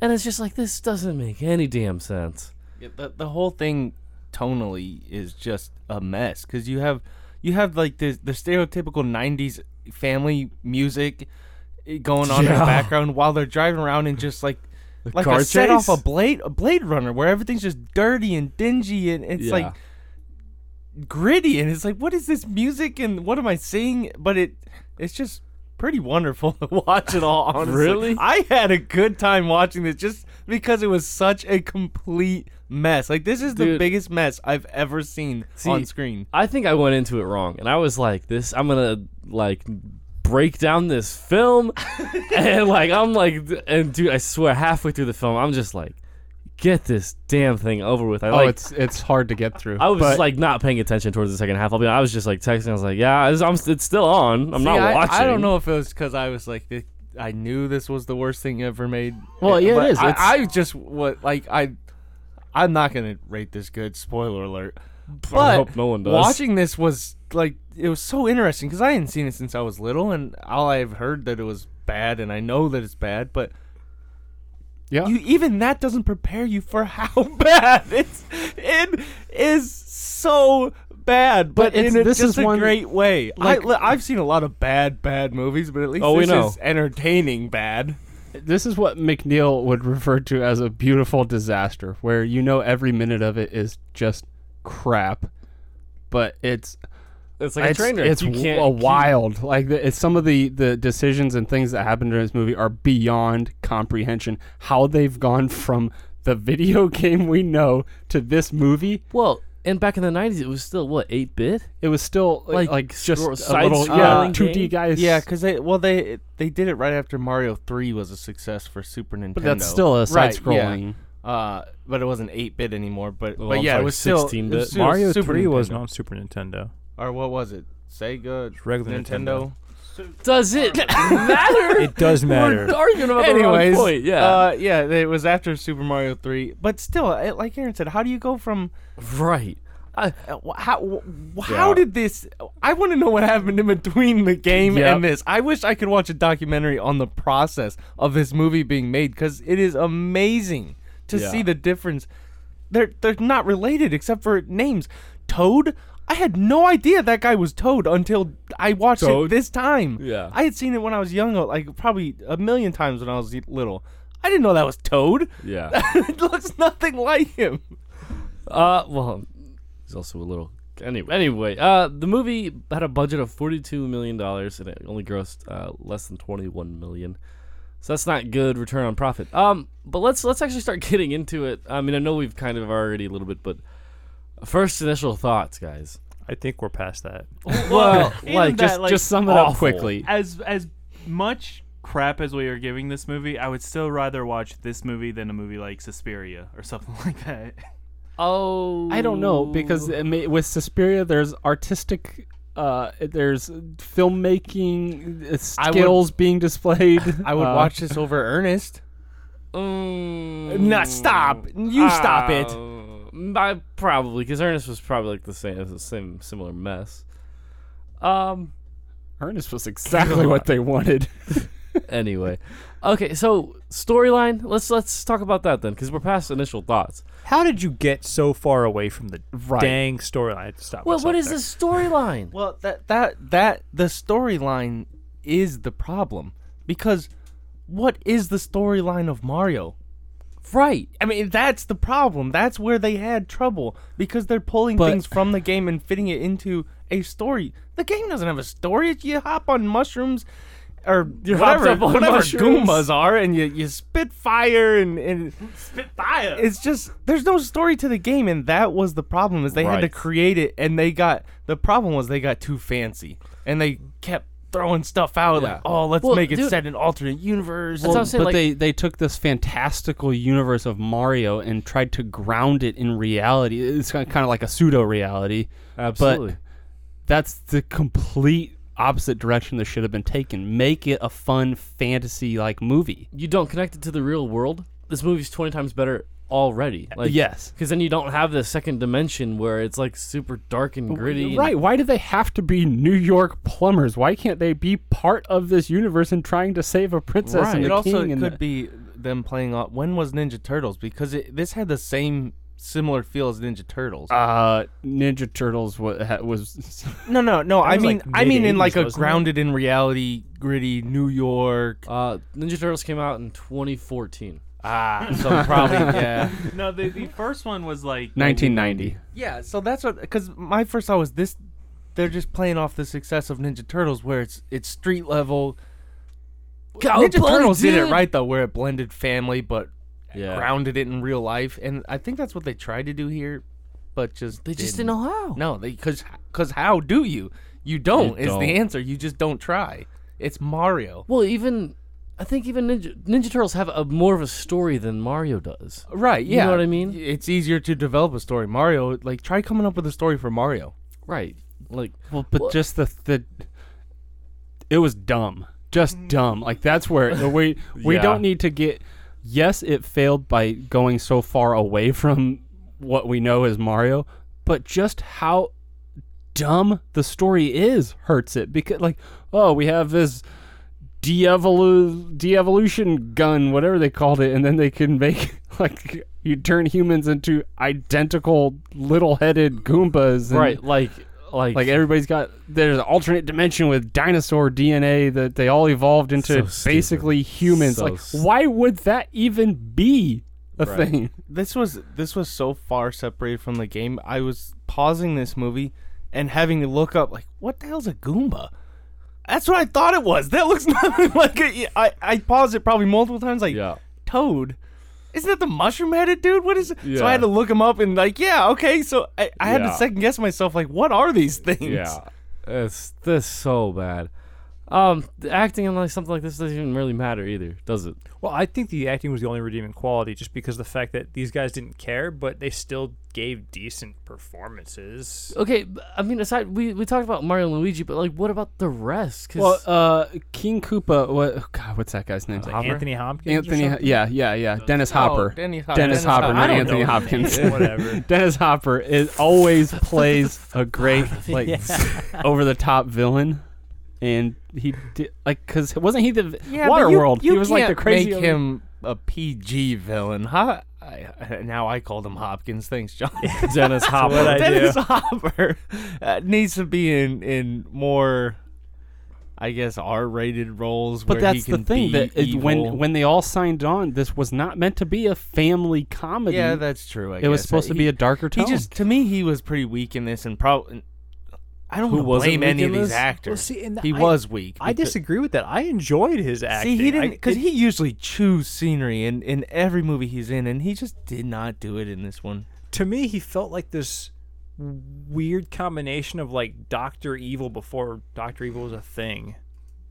Speaker 9: and it's just like this doesn't make any damn sense
Speaker 11: Yeah, the the whole thing tonally is just a mess because you have you have like the the stereotypical '90s family music eh, going on in
Speaker 9: Yeah.
Speaker 11: the background while they're driving around and just like. Like
Speaker 9: car
Speaker 11: a set off a
Speaker 9: chase?
Speaker 11: blade, a Blade Runner, where everything's just dirty and dingy, and it's
Speaker 9: yeah
Speaker 11: like gritty and it's like what is this music and what am i seeing but it it's just pretty wonderful to watch it all. Honestly,
Speaker 9: Really?
Speaker 11: I had a good time watching this just because it was such a complete mess. Like this is the
Speaker 9: Dude.
Speaker 11: biggest mess I've ever seen on
Speaker 9: See,
Speaker 11: screen.
Speaker 9: I think I went into it wrong, and I was like, "This, I'm gonna like break down this film," and like I'm like, and dude, I swear, halfway through the film, I'm just like, "Get this damn thing over with." I
Speaker 1: oh,
Speaker 9: like,
Speaker 1: it's it's hard to get through.
Speaker 9: I was
Speaker 1: but
Speaker 9: like not paying attention towards the second half. I'll be. I was just like texting. I was like, "Yeah, it's, I'm, it's still on. I'm
Speaker 11: See,
Speaker 9: not
Speaker 11: I,
Speaker 9: watching."
Speaker 11: I don't know if it was because I was like, th- I knew this was the worst thing ever made.
Speaker 9: Well, yeah, it
Speaker 11: but
Speaker 9: is.
Speaker 11: I,
Speaker 9: It's-
Speaker 11: I just what like I, I'm not gonna rate this good. Spoiler alert. But
Speaker 9: hope no one does.
Speaker 11: watching this was like it was so interesting because I hadn't seen it since I was little, and all I've heard that it was bad, and I know that it's bad, but.
Speaker 1: Yeah.
Speaker 11: You, even that doesn't prepare you for how bad it's, it is so bad, but,
Speaker 1: But it's-
Speaker 11: in a,
Speaker 1: this
Speaker 11: just
Speaker 1: is
Speaker 11: a
Speaker 1: one-
Speaker 11: great way.
Speaker 1: like-
Speaker 11: I, I've seen a lot of bad, bad movies, but at least
Speaker 9: Oh, we
Speaker 11: this
Speaker 9: know.
Speaker 11: is entertaining bad.
Speaker 1: this is what McNeil would refer to as a beautiful disaster, where you know every minute of it is just crap, but it's
Speaker 9: It's like a train wreck.
Speaker 1: It's
Speaker 9: You
Speaker 1: w-
Speaker 9: can't
Speaker 1: a
Speaker 9: keep-
Speaker 1: wild. Like the, it's some of the the decisions and things that happen during this movie are beyond comprehension. How they've gone from the video game we know to this movie,
Speaker 9: Well, and back in the '90s, it was still what eight bit.
Speaker 1: it was still like,
Speaker 9: Like
Speaker 1: like just
Speaker 9: scroll-
Speaker 1: a little yeah,
Speaker 9: side-scrolling
Speaker 1: 2D
Speaker 9: game?
Speaker 1: guys.
Speaker 11: Yeah, because they well they they did it right after Mario Three was a success for Super Nintendo.
Speaker 1: but that's still a
Speaker 11: Right,
Speaker 1: side
Speaker 11: yeah.
Speaker 1: scrolling.
Speaker 11: Uh, but it wasn't eight bit anymore. But,
Speaker 1: Oh,
Speaker 9: Well,
Speaker 11: but
Speaker 9: I'm
Speaker 11: yeah,
Speaker 9: sorry,
Speaker 11: it was still
Speaker 9: 16-bit.
Speaker 11: it was still
Speaker 13: Mario
Speaker 11: Super
Speaker 13: 3 was
Speaker 11: Nintendo.
Speaker 13: not on Super Nintendo.
Speaker 11: or what was it? Sega,
Speaker 13: Regular
Speaker 11: Nintendo.
Speaker 9: Does it matter?
Speaker 13: It does matter.
Speaker 9: We're arguing about the
Speaker 11: Anyways,
Speaker 9: wrong point. Yeah.
Speaker 11: uh, yeah, it was after Super Mario Three. But still, eh, like Aaron said, how do you go from
Speaker 9: right. I,
Speaker 11: Uh, wh- how wh- how
Speaker 9: Yeah.
Speaker 11: did this I want to know what happened in between the game
Speaker 9: Yep.
Speaker 11: and this. I wish I could watch a documentary on the process of this movie being made cuz it is amazing to
Speaker 9: Yeah.
Speaker 11: see the difference. They're they're not related except for names. Toad I had no idea that guy was Toad until I watched
Speaker 9: Toad?
Speaker 11: it this time.
Speaker 9: Yeah.
Speaker 11: I had seen it when I was young, uh, like probably a million times when I was little. I didn't know that was Toad.
Speaker 9: yeah.
Speaker 11: it looks nothing like him.
Speaker 9: Uh, well, he's also a little. Anyway, anyway, uh, the movie had a budget of forty-two million dollars, and it only grossed uh, less than twenty-one million. So that's not good return on profit. Um, but let's let's actually start getting into it. I mean, I know we've kind of already a little bit, but first initial thoughts, guys.
Speaker 13: I think we're past that.
Speaker 9: Well,
Speaker 10: and
Speaker 9: like
Speaker 10: that,
Speaker 9: just
Speaker 10: like,
Speaker 9: just sum it up
Speaker 1: Awful.
Speaker 9: quickly.
Speaker 10: as as much crap as we are giving this movie, I would still rather watch this movie than a movie like Suspiria or something like that.
Speaker 9: Oh,
Speaker 1: I don't know because it may, with Suspiria, there's artistic, uh, there's filmmaking uh,
Speaker 11: I would-
Speaker 1: skills being displayed.
Speaker 11: I would
Speaker 1: Uh,
Speaker 11: watch this over Ernest.
Speaker 9: Mm,
Speaker 11: No, stop. You stop it.
Speaker 9: Uh, I probably because Ernest was probably like the same, it was the same similar mess. Um.
Speaker 1: Ernest was exactly what they wanted.
Speaker 9: Anyway, okay. So storyline. Let's let's talk about that then, because we're past initial thoughts.
Speaker 13: How did you get so far away from the
Speaker 1: Right.
Speaker 13: dang storyline? Stop.
Speaker 9: Well,
Speaker 13: myself
Speaker 9: what is
Speaker 13: there.
Speaker 9: the storyline?
Speaker 11: Well, that that that the storyline is the problem because what is the storyline of Mario?
Speaker 9: right.
Speaker 11: I mean, that's the problem. That's where they had trouble because they're pulling
Speaker 1: But-
Speaker 11: things from the game and fitting it into a story. The game doesn't have a story. It's- You hop on mushrooms or whatever,
Speaker 9: up on
Speaker 11: whatever
Speaker 9: mushrooms.
Speaker 11: Goombas are, and you, you spit fire and, and spit fire. It's just there's no story to the game, and that was the problem. Is they had to
Speaker 9: Right.
Speaker 11: create it, and they got the problem was they got too fancy, and they kept throwing stuff out
Speaker 9: Yeah.
Speaker 11: like, oh, let's
Speaker 9: Well,
Speaker 11: make it
Speaker 9: dude-
Speaker 11: set in alternate universe.
Speaker 9: That's what I'm saying.
Speaker 1: but
Speaker 9: like,
Speaker 1: they they took this fantastical universe of Mario and tried to ground it in reality. It's kind of like a pseudo reality.
Speaker 9: absolutely.
Speaker 1: That's the complete opposite direction that should have been taken. Make it a fun fantasy like movie.
Speaker 9: you don't connect it to the real world. This movie's twenty times better already. Like
Speaker 1: yes.
Speaker 9: Because then you don't have the second dimension where it's like super dark and gritty. and-
Speaker 1: Right. Why do they have to be New York plumbers? Why can't they be part of this universe and trying to save a princess and
Speaker 11: it
Speaker 1: a
Speaker 11: also
Speaker 1: king? and
Speaker 11: could
Speaker 1: the-
Speaker 11: be them playing on when was ninja turtles because it, this had the same similar feel as ninja turtles
Speaker 1: uh, Ninja Turtles was, was
Speaker 11: no no no i
Speaker 13: was,
Speaker 11: mean
Speaker 13: like,
Speaker 11: i mean in
Speaker 13: mid-eighties,
Speaker 11: like a
Speaker 13: wasn't it?
Speaker 11: grounded in reality gritty new york
Speaker 9: Uh, Ninja Turtles came out in 2014.
Speaker 11: ah so probably yeah
Speaker 10: no, the, the first one was like
Speaker 1: 1990.
Speaker 11: yeah so that's what because my first thought was this they're just playing off the success of ninja turtles where it's it's street level
Speaker 1: Oh,
Speaker 11: Ninja
Speaker 14: Cowabunga,
Speaker 11: Turtles did it
Speaker 14: dude.
Speaker 11: right though, where it blended family but
Speaker 9: Yeah.
Speaker 11: grounded it in real life, and I think that's what they tried to do here, but just they
Speaker 9: just didn't know how.
Speaker 11: No, they because because how do you? You don't is
Speaker 9: don't.
Speaker 11: the answer. You just don't try. It's Mario.
Speaker 9: Well, even I think even Ninja, Ninja Turtles have a more of a story than Mario does.
Speaker 11: Right, yeah.
Speaker 9: You know what I mean?
Speaker 11: It's easier to develop a story. Mario, like, try coming up with a story for Mario.
Speaker 9: Right. Like,
Speaker 1: Well, but just the the it was dumb, just dumb. Like that's where the we we
Speaker 9: Yeah.
Speaker 1: don't need to get. Yes, it failed by going so far away from what we know as Mario, but just how dumb the story is hurts it because like oh we have this de-evolu- de-evolution gun whatever they called it and then they can make like you turn humans into identical little-headed goombas and
Speaker 9: right, like like
Speaker 1: like everybody's got there's an alternate dimension with dinosaur DNA that they all evolved into
Speaker 9: So
Speaker 1: basically humans.
Speaker 9: So
Speaker 1: like
Speaker 9: stupid.
Speaker 1: why would that even be a
Speaker 11: Right.
Speaker 1: thing?
Speaker 11: This was this was so far separated from the game. I was pausing this movie and having to look up like what the hell's a Goomba? That's what I thought it was. That looks nothing like a, I I paused it probably multiple times like
Speaker 9: Yeah.
Speaker 11: Toad. Isn't that the mushroom-headed dude? What is it? So
Speaker 9: Yeah.
Speaker 11: I had to look him up and like, yeah, okay. So I, I had to
Speaker 9: Yeah.
Speaker 11: second guess myself like what are these things?
Speaker 9: Yeah, it's this so bad. Um, the acting on like something like this doesn't even really matter either, does it?
Speaker 14: Well, I think the acting was the only redeeming quality, just because of the fact that these guys didn't care, but they still gave decent performances.
Speaker 9: Okay, b- I mean, aside we, we talked about Mario and Luigi, but like, what about the rest? 'Cause-
Speaker 1: Well, uh, King Koopa. What? oh, God, what's that guy's name?
Speaker 14: like Hopper? Anthony Hopkins or
Speaker 1: Anthony.
Speaker 14: something?
Speaker 1: yeah, yeah, yeah. Dennis
Speaker 11: Oh,
Speaker 1: Hopper.
Speaker 11: Denny Hopper.
Speaker 1: Hopper. Dennis
Speaker 11: Dennis
Speaker 1: Hopper,
Speaker 11: Hopper.
Speaker 1: not
Speaker 11: I don't
Speaker 1: Anthony
Speaker 11: know.
Speaker 1: Hopkins.
Speaker 11: Yeah, whatever.
Speaker 1: Dennis Hopper is always plays a great like
Speaker 11: Yeah.
Speaker 1: over the top villain. And he did like because wasn't he the v-
Speaker 11: Yeah, but you-
Speaker 1: Waterworld?
Speaker 11: You,
Speaker 1: he was like the
Speaker 11: can't
Speaker 1: crazy.
Speaker 11: Make
Speaker 1: over-
Speaker 11: him a PG villain. Huh? I, I- now I called him Hopkins. Thanks, John.
Speaker 9: Dennis Hopper.
Speaker 14: what I
Speaker 11: Dennis
Speaker 14: do.
Speaker 11: Hopper uh, needs to be in in more. I guess R-rated roles,
Speaker 1: But
Speaker 11: where
Speaker 1: that's
Speaker 11: he
Speaker 1: the
Speaker 11: can
Speaker 1: thing
Speaker 11: be
Speaker 1: that it- when
Speaker 11: evil.
Speaker 1: when they all signed on, this was not meant to be a family comedy.
Speaker 11: yeah, that's true. I
Speaker 1: it was
Speaker 11: guess.
Speaker 1: supposed to
Speaker 11: He-
Speaker 1: be a darker
Speaker 11: He
Speaker 1: tone.
Speaker 11: just to me he was pretty weak in this, and probably I don't
Speaker 9: Who
Speaker 11: wanna
Speaker 9: wasn't
Speaker 11: blame
Speaker 9: weak
Speaker 11: any
Speaker 9: in
Speaker 11: of these
Speaker 9: this?
Speaker 11: actors.
Speaker 14: Well, see, and
Speaker 11: he
Speaker 14: I-
Speaker 11: was weak.
Speaker 14: I
Speaker 11: because-
Speaker 14: disagree with that. I enjoyed his acting.
Speaker 11: See, he
Speaker 14: I-
Speaker 11: didn't because
Speaker 14: it-
Speaker 11: he usually chews scenery in, in every movie he's in, and he just did not do it in this one.
Speaker 14: to me he felt like this weird combination of like Doctor Evil before Doctor Evil was a thing,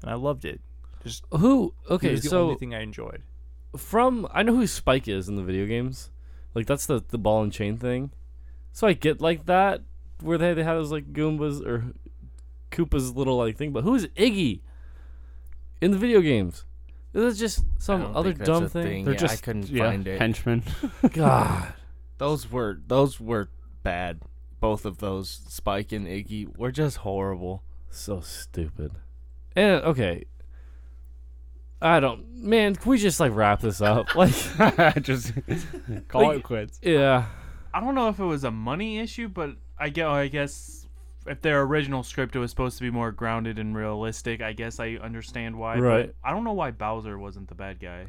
Speaker 14: and I loved it. Just
Speaker 9: who?
Speaker 14: it
Speaker 9: Okay,
Speaker 14: was the
Speaker 9: so
Speaker 14: only thing I enjoyed.
Speaker 9: from I know who Spike is in the video games, like that's the the ball and chain thing. So I get like that where they they have those like Goombas or Koopa's little like thing, but who's Iggy in the video games? This is just
Speaker 11: I
Speaker 9: some
Speaker 11: don't
Speaker 9: other
Speaker 11: think that's
Speaker 9: dumb
Speaker 11: a
Speaker 9: thing.
Speaker 11: thing.
Speaker 1: they're
Speaker 11: yeah, I
Speaker 1: just
Speaker 11: couldn't
Speaker 1: yeah,
Speaker 11: find it.
Speaker 1: henchmen.
Speaker 9: God.
Speaker 11: Those were those were bad. Both of those, Spike and Iggy, were just horrible.
Speaker 9: So stupid. And okay. I don't man, can we just like wrap this up? Like
Speaker 1: just call
Speaker 9: Like-
Speaker 1: it quits.
Speaker 9: Yeah.
Speaker 10: I don't know if it was a money issue, but I get. I guess if their original script was supposed to be more grounded and realistic, I guess I understand why. but
Speaker 9: Right.
Speaker 10: I don't know why Bowser wasn't the bad guy.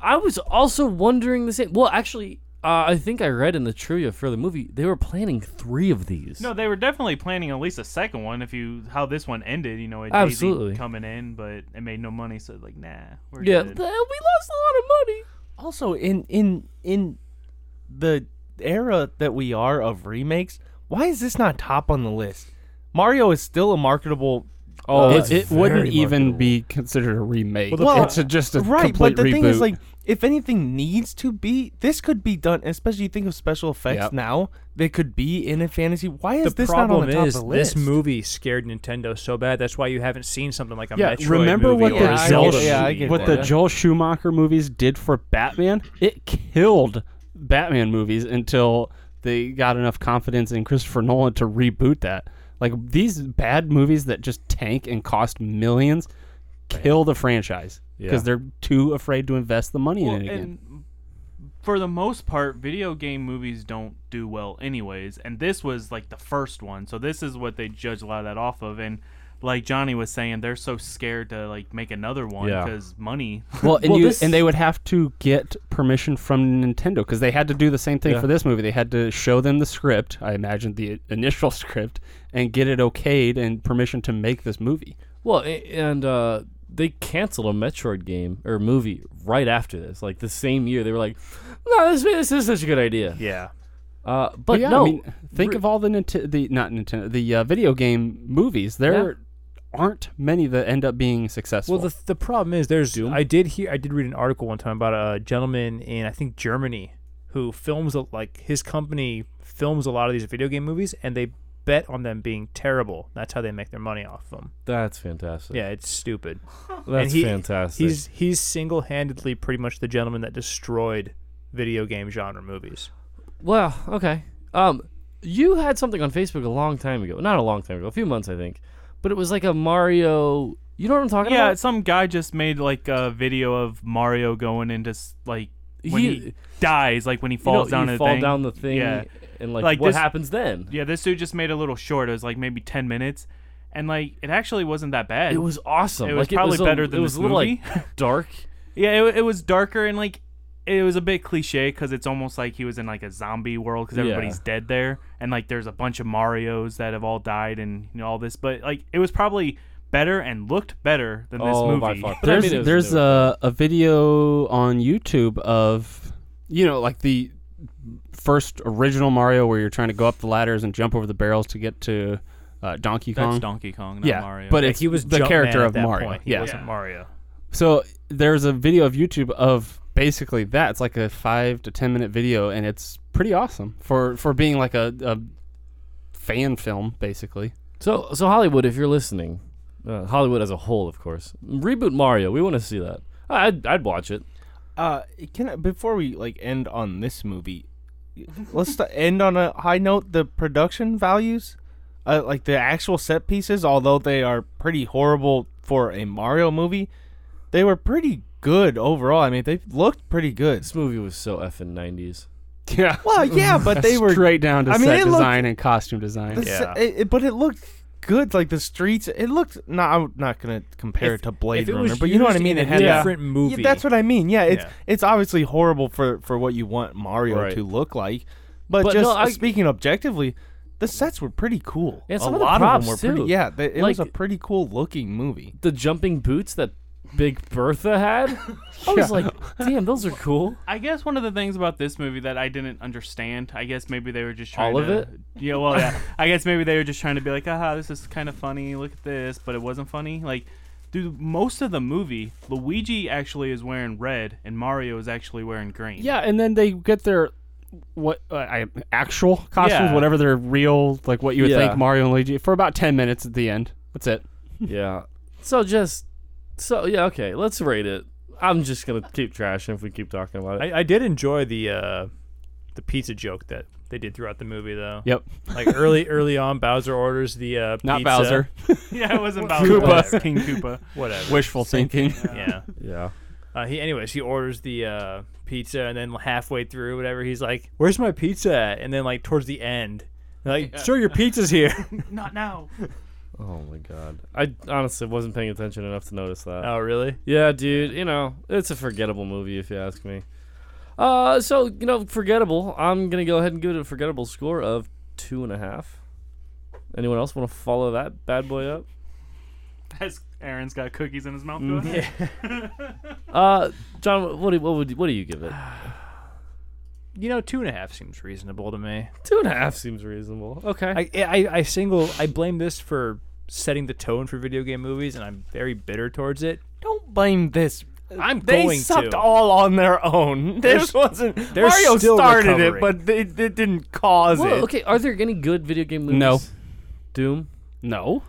Speaker 9: I was also wondering the same well actually uh, I think I read in the trivia for the movie they were planning three of these.
Speaker 10: No, they were definitely planning at least a second one. If you how this one ended, you know, it
Speaker 9: Absolutely.
Speaker 10: coming in, but it made no money, so like, nah, we're
Speaker 9: yeah, th-
Speaker 10: good.
Speaker 9: we lost a lot of money.
Speaker 11: Also, in in in the era that we are of remakes, why is this not top on the list? Mario is still a marketable.
Speaker 1: Oh,
Speaker 11: uh,
Speaker 1: it, it wouldn't even be considered a remake. it's a, just a
Speaker 11: right,
Speaker 1: complete
Speaker 11: but the
Speaker 1: reboot.
Speaker 11: thing is, like, if anything needs to be, this could be done. Especially you think of special effects
Speaker 1: Yep.
Speaker 11: now that could be in a fantasy. Why
Speaker 14: The
Speaker 11: is this not on
Speaker 14: problem
Speaker 11: the top
Speaker 14: is
Speaker 11: of the
Speaker 14: this
Speaker 11: list?
Speaker 14: movie scared Nintendo so bad. That's why you haven't seen something like a
Speaker 1: yeah,
Speaker 14: Metroid
Speaker 1: remember
Speaker 14: movie
Speaker 1: what
Speaker 14: or
Speaker 1: the
Speaker 14: a
Speaker 11: I
Speaker 1: Joel,
Speaker 14: Zelda
Speaker 11: get- yeah, I
Speaker 14: movie.
Speaker 11: get
Speaker 1: what
Speaker 11: that.
Speaker 1: the Joel Schumacher movies did for Batman? It killed Batman movies until they got enough confidence in Christopher Nolan to reboot that. Like these bad movies that just tank and cost millions kill the franchise because
Speaker 9: Yeah.
Speaker 1: they're too afraid to invest the money
Speaker 10: Well,
Speaker 1: in it again.
Speaker 10: and for the most part, video game movies don't do well, anyways. And this was like the first one, so this is what they judge a lot of that off of. And like Johnny was saying, they're so scared to like make another one
Speaker 9: Yeah.
Speaker 10: because money.
Speaker 1: Well, and
Speaker 9: Well,
Speaker 1: you
Speaker 9: this-
Speaker 1: and they would have to get permission from Nintendo because they had to do the same thing
Speaker 9: Yeah.
Speaker 1: for this movie. They had to show them the script, I imagine the initial script, and get it okayed and permission to make this movie.
Speaker 9: Well, a- and uh, they canceled a Metroid game or movie right after this, like the same year. They were like, "No, this this is such a good idea."
Speaker 10: Yeah.
Speaker 9: Uh, but,
Speaker 1: yeah,
Speaker 9: no,
Speaker 1: I mean, think of all the Nint- the not Nintendo the uh, video game movies. There aren't many that end up being successful.
Speaker 15: Well, the, the problem is there's. I did hear. I did read an article one time about a gentleman in I think Germany who films a- like his company films a lot of these video game movies and they bet on them being terrible. That's how they make their money off them.
Speaker 9: That's fantastic.
Speaker 15: Yeah, it's stupid. And
Speaker 9: That's
Speaker 15: he-
Speaker 9: fantastic.
Speaker 15: He's he's single handedly pretty much the gentleman that destroyed video game genre movies.
Speaker 9: Well, okay. Um, you had something on Facebook a long time ago. Not a long time ago, a few months, I think. But it was like a Mario. You know what I'm talking
Speaker 10: yeah,
Speaker 9: about?
Speaker 10: some guy just made like a video of Mario going into s- like when he,
Speaker 9: He-
Speaker 10: dies, like when he
Speaker 9: You know,
Speaker 10: falls down.
Speaker 9: you
Speaker 10: the
Speaker 9: fall
Speaker 10: thing.
Speaker 9: down the thing, and, like, what happens then?
Speaker 10: Yeah, this dude just made a little short. It was like maybe ten minutes, and like it actually wasn't that bad.
Speaker 9: It was awesome.
Speaker 10: It was
Speaker 9: Like, it
Speaker 10: probably
Speaker 9: was a-
Speaker 10: better than
Speaker 9: it was
Speaker 10: this
Speaker 9: a little,
Speaker 10: movie.
Speaker 9: like, dark.
Speaker 10: yeah, it, it was darker and like it was a bit cliche because it's almost like he was in like a zombie world because
Speaker 9: Yeah.
Speaker 10: everybody's dead there, and like there's a bunch of Mario's that have all died and you know all this, but like it was probably better and looked better than this
Speaker 9: Oh,
Speaker 1: Oh,
Speaker 10: movie.
Speaker 1: There's, there's a, a video on YouTube of, you know, like the first original Mario where you're trying to go up the ladders and jump over the barrels to get to uh, Donkey
Speaker 10: That's
Speaker 1: Kong.
Speaker 10: Donkey Kong, not
Speaker 1: yeah,
Speaker 10: Mario.
Speaker 1: But
Speaker 10: Yeah,
Speaker 1: it's
Speaker 10: he was
Speaker 1: the
Speaker 10: Jumpman
Speaker 1: character
Speaker 10: at
Speaker 1: of
Speaker 10: that
Speaker 1: Mario.
Speaker 10: point. He
Speaker 1: yeah.
Speaker 10: wasn't Mario.
Speaker 1: So there's a video of YouTube of basically that. It's like a five to ten minute video, and it's pretty awesome for for being like a, a fan film, basically.
Speaker 9: So, so Hollywood, if you're listening, uh, Hollywood as a whole, of course, reboot Mario. We want to see that. I'd, I'd watch it.
Speaker 11: Uh, can I, before we like end on this movie, let's st- end on a high note. The production values, uh, like the actual set pieces, although they are pretty horrible for a Mario movie, they were pretty good overall. I mean, they looked pretty good. This
Speaker 9: movie was so effing nineties.
Speaker 1: Yeah.
Speaker 11: Well, yeah, but they were
Speaker 1: straight down to
Speaker 11: I mean,
Speaker 1: set
Speaker 11: it looked-
Speaker 1: design and costume design.
Speaker 11: the se- it- it- but it looked good. Like the streets, it looked. No, I'm not gonna compare
Speaker 15: If-
Speaker 11: it to Blade
Speaker 15: if it was
Speaker 11: Runner, but you know what I
Speaker 15: used
Speaker 11: mean.
Speaker 15: in
Speaker 11: it
Speaker 15: a
Speaker 11: had that-
Speaker 15: different
Speaker 11: Yeah,
Speaker 15: movie.
Speaker 11: that's what I mean. Yeah, it's
Speaker 15: Yeah.
Speaker 11: it's obviously horrible for for what you want Mario
Speaker 9: Right.
Speaker 11: to look like. But,
Speaker 9: But
Speaker 11: just
Speaker 9: no, I-
Speaker 11: speaking objectively, the sets were pretty cool.
Speaker 9: Yeah,
Speaker 11: a
Speaker 9: some of the
Speaker 11: lot
Speaker 9: props,
Speaker 11: of them were
Speaker 9: too.
Speaker 11: pretty. Yeah, they, it was a
Speaker 9: Like-
Speaker 11: pretty cool looking movie.
Speaker 9: The jumping boots that Big Bertha had. I was
Speaker 10: Yeah.
Speaker 9: like, damn, those are cool.
Speaker 10: I guess one of the things about this movie that I didn't understand, I guess maybe they were just trying
Speaker 9: All of
Speaker 10: to,
Speaker 9: it?
Speaker 10: Yeah, well, yeah. I guess maybe they were just trying to be like, "Aha, this is kind of funny. Look at this," but it wasn't funny. Like through most of the movie, Luigi actually is wearing red and Mario is actually wearing green.
Speaker 1: Yeah, and then they get their what uh, I- actual costumes,
Speaker 10: Yeah.
Speaker 1: whatever their real like what you would
Speaker 9: Yeah.
Speaker 1: think Mario and Luigi for about ten minutes at the end. That's it.
Speaker 9: yeah. So just, so yeah, okay. Let's rate it. I'm just gonna keep trashing if we keep talking about it.
Speaker 15: I, I did enjoy the uh, the pizza joke that they did throughout the movie, though.
Speaker 1: Yep.
Speaker 15: Like early, early on, Bowser orders the uh,
Speaker 1: Not
Speaker 15: pizza.
Speaker 1: Bowser.
Speaker 10: Yeah, it wasn't
Speaker 15: Whatever.
Speaker 10: Bowser.
Speaker 15: Whatever.
Speaker 10: King Koopa.
Speaker 15: Whatever.
Speaker 1: Wishful
Speaker 15: Same thing.
Speaker 1: thinking.
Speaker 15: Yeah.
Speaker 9: Yeah.
Speaker 15: Uh, he, anyways, he orders the uh, pizza, and then halfway through, whatever, he's like, "Where's my pizza?" at? And then, like towards the end, they're like, "Sure, your pizza's here."
Speaker 10: Not now.
Speaker 9: Oh my god. I honestly wasn't paying attention enough to notice that.
Speaker 15: Oh, really?
Speaker 9: Yeah, dude. You know, it's a forgettable movie if you ask me. Uh, so you know, forgettable. I'm gonna go ahead and give it a forgettable score of two and a half. Anyone else want to follow that bad boy up?
Speaker 10: As Aaron's got cookies in his mouth.
Speaker 9: Mhm.
Speaker 15: Mm-hmm.
Speaker 10: going.
Speaker 9: Uh, John, what do what would what do you give it?
Speaker 15: You know, two and a half seems reasonable to me.
Speaker 9: Two and a half seems reasonable. Okay.
Speaker 15: I, I, I single I blame this for setting the tone for video game movies, and I'm very bitter towards it.
Speaker 11: Don't blame this.
Speaker 15: I'm
Speaker 11: They
Speaker 15: going
Speaker 11: sucked
Speaker 15: to.
Speaker 11: all on their own. This
Speaker 15: They're s-
Speaker 11: wasn't
Speaker 15: they're
Speaker 11: Mario
Speaker 15: still
Speaker 11: started
Speaker 15: recovering.
Speaker 11: it, but they, they didn't cause
Speaker 9: Well,
Speaker 11: it.
Speaker 9: okay. Are there any good video game movies?
Speaker 11: No.
Speaker 9: Doom.
Speaker 1: No.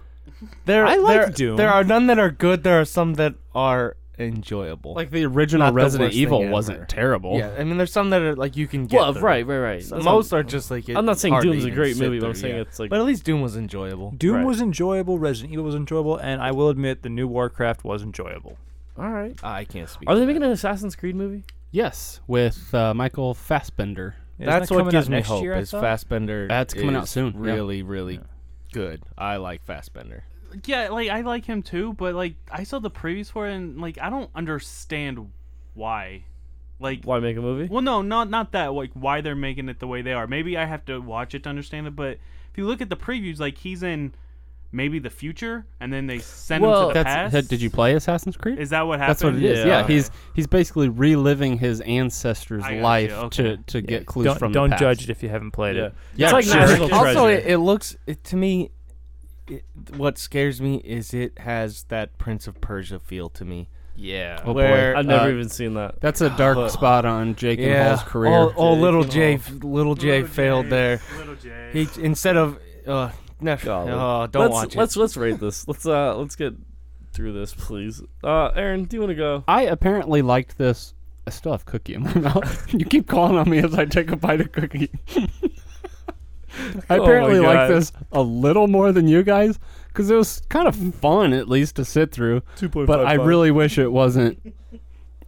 Speaker 11: There,
Speaker 9: I
Speaker 11: there,
Speaker 9: like Doom.
Speaker 11: There are none that are good. There are some that are enjoyable.
Speaker 1: Like the original
Speaker 11: Not the
Speaker 1: Resident
Speaker 11: worst thing
Speaker 1: Evil
Speaker 11: ever.
Speaker 1: wasn't terrible.
Speaker 11: Yeah, I mean, there's some that are like you can get.
Speaker 9: Well,
Speaker 11: through.
Speaker 9: right, right, right.
Speaker 11: So
Speaker 9: That's
Speaker 11: most
Speaker 9: not-
Speaker 11: are just like. it-
Speaker 9: I'm not saying
Speaker 11: hard to
Speaker 9: Doom's a
Speaker 11: even
Speaker 9: great
Speaker 11: sit
Speaker 9: movie, but I'm
Speaker 11: through,
Speaker 9: saying
Speaker 11: yeah.
Speaker 9: it's like-
Speaker 11: But at least Doom was enjoyable.
Speaker 15: Doom was enjoyable, Resident Evil was enjoyable, and I will admit the new Warcraft was enjoyable.
Speaker 9: All right.
Speaker 11: I can't speak.
Speaker 9: Are they making an Assassin's Creed movie?
Speaker 1: Yes, with uh, Michael Fassbender.
Speaker 11: Isn't That's that what coming out gives me next hope, year, I
Speaker 1: Is
Speaker 11: is thought? Fassbender
Speaker 1: That's coming out
Speaker 11: is
Speaker 1: soon. yeah.
Speaker 11: really, really good. I like Fassbender.
Speaker 10: Yeah, like I like him too, but like I saw the previews for it and like I don't understand why. Like
Speaker 9: why make a movie?
Speaker 10: Well, no, not not that. Like why they're making it the way they are. Maybe I have to watch it to understand it, but if you look at the previews, like he's in maybe the future, and then they send him to the
Speaker 1: that's,
Speaker 10: past.
Speaker 1: Did you play Assassin's Creed?
Speaker 10: Is that what
Speaker 1: That's what
Speaker 10: happened?
Speaker 1: it is. Yeah,
Speaker 10: Yeah.
Speaker 1: he's he's basically reliving his ancestors'
Speaker 10: I got
Speaker 1: life
Speaker 10: you,
Speaker 1: to
Speaker 10: okay.
Speaker 1: to
Speaker 10: Yeah.
Speaker 1: get clues
Speaker 16: Don't-
Speaker 1: from.
Speaker 16: don't
Speaker 1: the past.
Speaker 16: judge it if you haven't played it.
Speaker 1: Yeah,
Speaker 11: it's like
Speaker 1: sure.
Speaker 11: national Also, it, it looks it, to me. It, what scares me is it has that Prince of Persia feel to me.
Speaker 9: Yeah.
Speaker 1: Oh, boy.
Speaker 11: Where,
Speaker 9: I've never
Speaker 11: uh,
Speaker 9: even seen that.
Speaker 1: That's a dark spot on Jake and Hall's career.
Speaker 11: Oh, oh,
Speaker 1: Jake
Speaker 11: little
Speaker 1: and
Speaker 11: Jay,
Speaker 1: Hall.
Speaker 11: f- little Jay failed there. He instead of uh, no, oh, don't
Speaker 9: let's,
Speaker 11: watch it.
Speaker 9: Let's let's rate this. Let's uh let's get through this, please. Uh, Aaron, do you want to go?
Speaker 1: I apparently liked this. I still have cookie in my mouth. you keep calling on me as I take a bite of cookie. I
Speaker 9: Oh my
Speaker 1: apparently like
Speaker 9: God.
Speaker 1: this a little more than you guys because it was kind of fun, at least, to sit through. But I
Speaker 9: 2.55.
Speaker 1: really wish it wasn't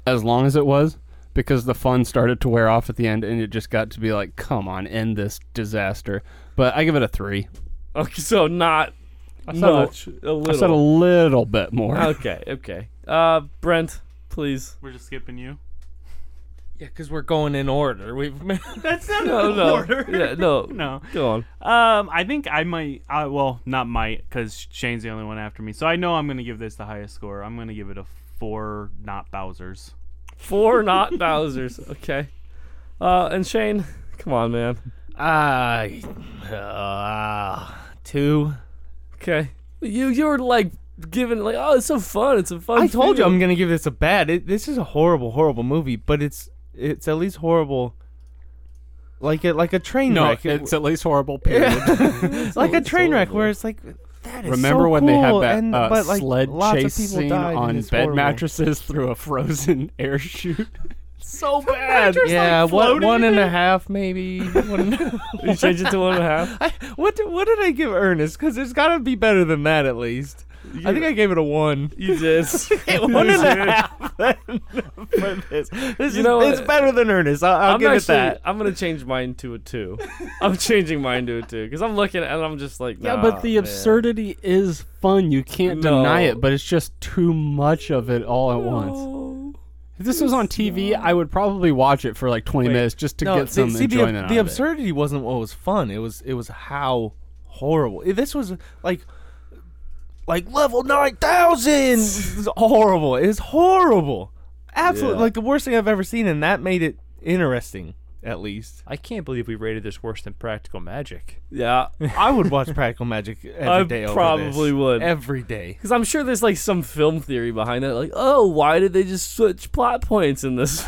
Speaker 1: as long as it was because the fun started to wear off at the end and it just got to be like, come on, end this disaster. But I give it a three.
Speaker 9: Okay, so not
Speaker 1: I said a-
Speaker 9: much. A,
Speaker 1: I
Speaker 9: little.
Speaker 1: said a little bit more.
Speaker 9: okay, okay. Uh, Brent, please.
Speaker 10: We're just skipping you.
Speaker 11: Yeah, because we're going in order. We've
Speaker 10: That's not
Speaker 11: No,
Speaker 10: in
Speaker 11: no.
Speaker 10: order.
Speaker 11: Yeah, no.
Speaker 10: no.
Speaker 9: Go on.
Speaker 10: Um, I think I might. I, well, not might, because Shane's the only one after me. So I know I'm going to give this the highest score. I'm going to give it a four, not Bowser's.
Speaker 9: Four not Bowser's. Okay. Uh, and Shane, come on, man.
Speaker 11: I uh, two.
Speaker 9: Okay. You you were like giving like oh it's so fun it's a fun.
Speaker 11: I told you
Speaker 9: feeling.
Speaker 11: I'm gonna give this a bad. It, this is a horrible, horrible movie, but it's it's at least horrible. Like a like a train
Speaker 1: No,
Speaker 11: wreck. It-
Speaker 1: it's at least horrible. Period.
Speaker 11: Yeah. like a train wreck where it's like that is
Speaker 1: Remember
Speaker 11: so
Speaker 1: when they had
Speaker 11: cool,
Speaker 1: that
Speaker 11: and,
Speaker 1: uh,
Speaker 11: but, like,
Speaker 1: sled
Speaker 11: lots of
Speaker 1: chase
Speaker 11: people
Speaker 1: scene
Speaker 11: died and
Speaker 1: on
Speaker 11: it's
Speaker 1: bed
Speaker 11: horrible.
Speaker 1: mattresses through a frozen air chute? so bad.
Speaker 11: yeah, what one and a half maybe. One,
Speaker 9: You change it to one and a half.
Speaker 11: I, what did- what did I give Ernest? Because it's got to be better than that at least. I think I gave it a one.
Speaker 9: You did.
Speaker 11: one
Speaker 9: You
Speaker 11: and a
Speaker 9: did.
Speaker 11: half. for this. This
Speaker 9: You
Speaker 11: is
Speaker 9: know
Speaker 11: it's
Speaker 9: what?
Speaker 11: better than Ernest. I'll, I'll
Speaker 9: I'm
Speaker 11: give
Speaker 9: actually-
Speaker 11: it that.
Speaker 9: I'm gonna change mine to a two. I'm changing mine to a two because I'm looking at- and I'm just like
Speaker 1: Yeah,
Speaker 9: nah,
Speaker 1: but the
Speaker 9: man.
Speaker 1: absurdity is fun. You can't
Speaker 9: No.
Speaker 1: deny it, but it's just too much of it all at once. If this was on TV, I would probably watch it for like 20 minutes just to
Speaker 11: No,
Speaker 1: get some
Speaker 11: the-
Speaker 1: enjoyment out
Speaker 11: The,
Speaker 1: of it.
Speaker 11: absurdity wasn't what was fun. It was it was how horrible. It- This was like like level nine thousand. horrible. It's horrible. Absolutely,
Speaker 16: Yeah.
Speaker 11: like the worst thing I've ever seen, and that made it interesting. At least
Speaker 16: I can't believe we rated this worse than Practical Magic.
Speaker 9: Yeah,
Speaker 11: I would watch Practical Magic every day.
Speaker 9: I
Speaker 11: over
Speaker 9: probably
Speaker 11: this.
Speaker 9: would.
Speaker 11: every day.
Speaker 9: Because I'm sure there's like some film theory behind that, like, oh, why did they just switch plot points in this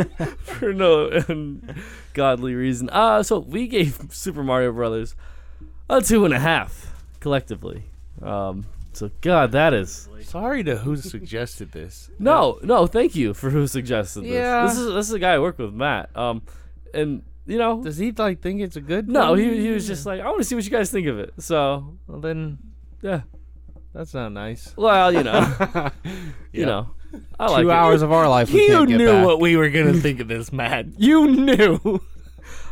Speaker 9: for no godly reason? Uh, so we gave Super Mario Brothers a two and a half collectively. Um, so God, that is
Speaker 11: Sorry to who suggested this.
Speaker 9: no, no. Thank you for who suggested this.
Speaker 11: Yeah.
Speaker 9: This is this is a guy I work with, Matt. Um, and you know,
Speaker 11: Does he like think it's a good?
Speaker 9: no, he
Speaker 11: movie?
Speaker 9: he was just like, I want to see what you guys think of it. So
Speaker 11: Well, then
Speaker 9: yeah,
Speaker 11: that's not nice.
Speaker 9: well, you know, you
Speaker 11: Yeah.
Speaker 9: know, I
Speaker 1: Two
Speaker 9: like it.
Speaker 1: hours of our life. We
Speaker 11: you
Speaker 1: can't get
Speaker 11: knew
Speaker 1: back.
Speaker 11: what we were gonna think of this, Matt.
Speaker 1: you knew.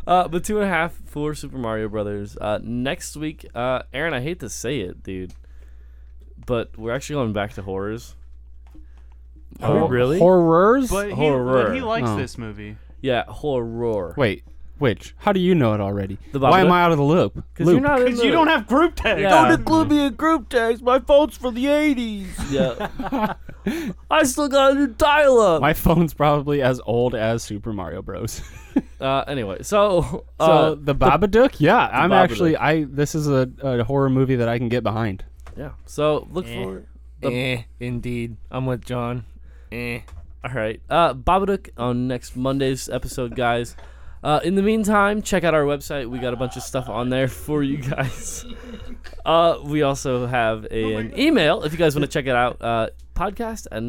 Speaker 9: Uh, but two and a half for Super Mario Brothers. Uh, next week, uh, Aaron, I hate to say it, dude, but we're actually going back to horrors.
Speaker 16: Are
Speaker 9: Oh,
Speaker 16: we really?
Speaker 1: Horrors.
Speaker 10: But he,
Speaker 9: Horror.
Speaker 10: but he likes
Speaker 1: Oh.
Speaker 10: this movie.
Speaker 9: Yeah, horror.
Speaker 1: Wait, which? How do you know it already?
Speaker 9: The
Speaker 1: Why am
Speaker 9: Babadook.
Speaker 1: I out of the loop?
Speaker 9: because you're
Speaker 1: Loop.
Speaker 9: not in
Speaker 10: Because
Speaker 9: the-
Speaker 10: you don't have group text.
Speaker 9: Yeah.
Speaker 11: include me in group text. My phone's from the 80s.
Speaker 9: yeah. I still got a new dial-up.
Speaker 1: My phone's probably as old as Super Mario Bros.
Speaker 9: uh, anyway, so
Speaker 1: So
Speaker 9: uh,
Speaker 1: the Babadook, yeah, I'm
Speaker 9: Babadook.
Speaker 1: actually I. This is a, a horror movie that I can get behind.
Speaker 9: yeah, so look forward.
Speaker 11: eh, indeed. I'm with John. Eh.
Speaker 9: All right. Uh, Babadook on next Monday's episode, guys. Uh, in the meantime, check out our website. We got a bunch of stuff on there for you guys. Uh, we also have a, an email if you guys want to check it out. Uh, podcast at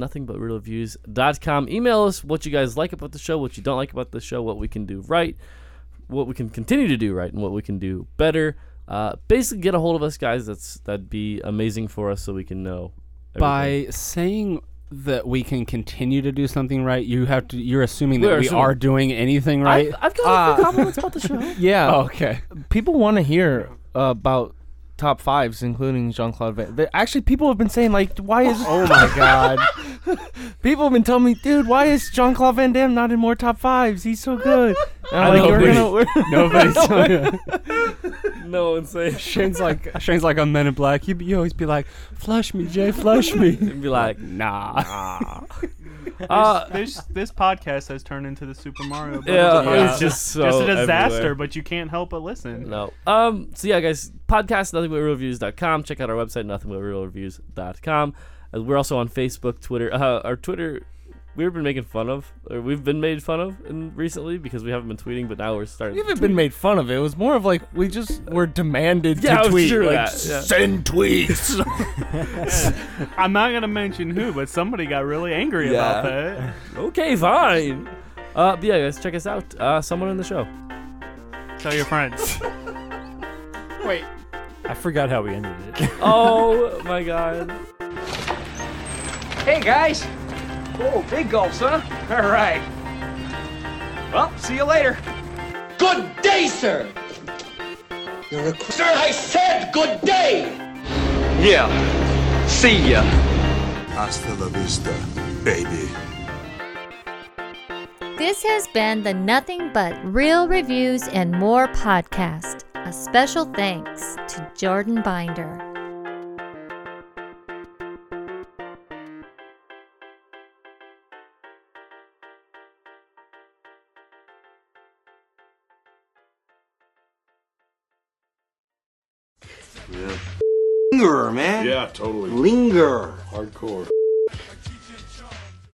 Speaker 9: nothingbutrealreviews.com. Email us what you guys like about the show, what you don't like about the show, what we can do right, what we can continue to do right, and what we can do better. Uh, basically, get a hold of us, guys. That's that'd be amazing for us, so we can know. everything.
Speaker 1: By saying that we can continue to do something right, you have to. You're assuming that
Speaker 9: We're
Speaker 1: we
Speaker 9: assuming-
Speaker 1: are doing anything right.
Speaker 9: I've, I've got a
Speaker 11: Uh,
Speaker 9: few compliments about the show.
Speaker 11: Yeah.
Speaker 1: okay.
Speaker 11: People want to hear about top fives, including Jean Claude Van. They- Actually, people have been saying like, why is?
Speaker 17: Oh my God.
Speaker 11: people have been telling me, dude, why is Jean Claude Van Damme not in more top fives? He's so good. And I'm
Speaker 6: I
Speaker 11: like,
Speaker 6: know,
Speaker 11: "We're
Speaker 6: but-
Speaker 11: gonna- we're-
Speaker 6: nobody's telling
Speaker 9: no one's saying.
Speaker 6: Shane's like Shane's like a Men in Black. You, you always be like, "Flush me, Jay, flush me."
Speaker 9: and be like,
Speaker 6: "Nah."
Speaker 10: This, this, this podcast has turned into the Super Mario. Bros.
Speaker 9: Uh, Yeah,
Speaker 10: podcast.
Speaker 9: it's just so
Speaker 10: a disaster,
Speaker 9: everywhere.
Speaker 10: but you can't help but listen.
Speaker 9: No. Um, so yeah, guys, podcast nothingbutrealreviews.com. Check out our website nothingbutrealreviews.com. Uh, we're also on Facebook, Twitter. Uh, our Twitter we've been making fun of or we've been made fun of in recently because we haven't been tweeting, but now we're starting
Speaker 11: We
Speaker 9: to
Speaker 11: haven't
Speaker 9: tweet.
Speaker 11: been made fun of. It was more of like we just were demanded
Speaker 9: Yeah,
Speaker 11: to
Speaker 9: it was
Speaker 11: tweet.
Speaker 9: true
Speaker 11: like,
Speaker 9: that, yeah.
Speaker 11: Send tweets.
Speaker 10: I'm not gonna mention who, but somebody got really angry about that.
Speaker 9: Okay, fine. Uh, but yeah, guys, check us out. Uh, someone in the show.
Speaker 10: Tell your friends.
Speaker 1: Wait.
Speaker 18: I forgot how we ended it.
Speaker 9: oh my god.
Speaker 19: Hey guys! Oh, big gulps, huh? All right. Well, see you later. Good day, sir.
Speaker 2: You're a sir. I said good day.
Speaker 19: Yeah. See ya.
Speaker 5: Hasta la vista, baby.
Speaker 7: This has been the Nothing But Real Reviews and More podcast. A special thanks to Jordan Binder.
Speaker 5: Yeah.
Speaker 3: Linger, man.
Speaker 5: Yeah, totally.
Speaker 3: Linger.
Speaker 5: Hardcore.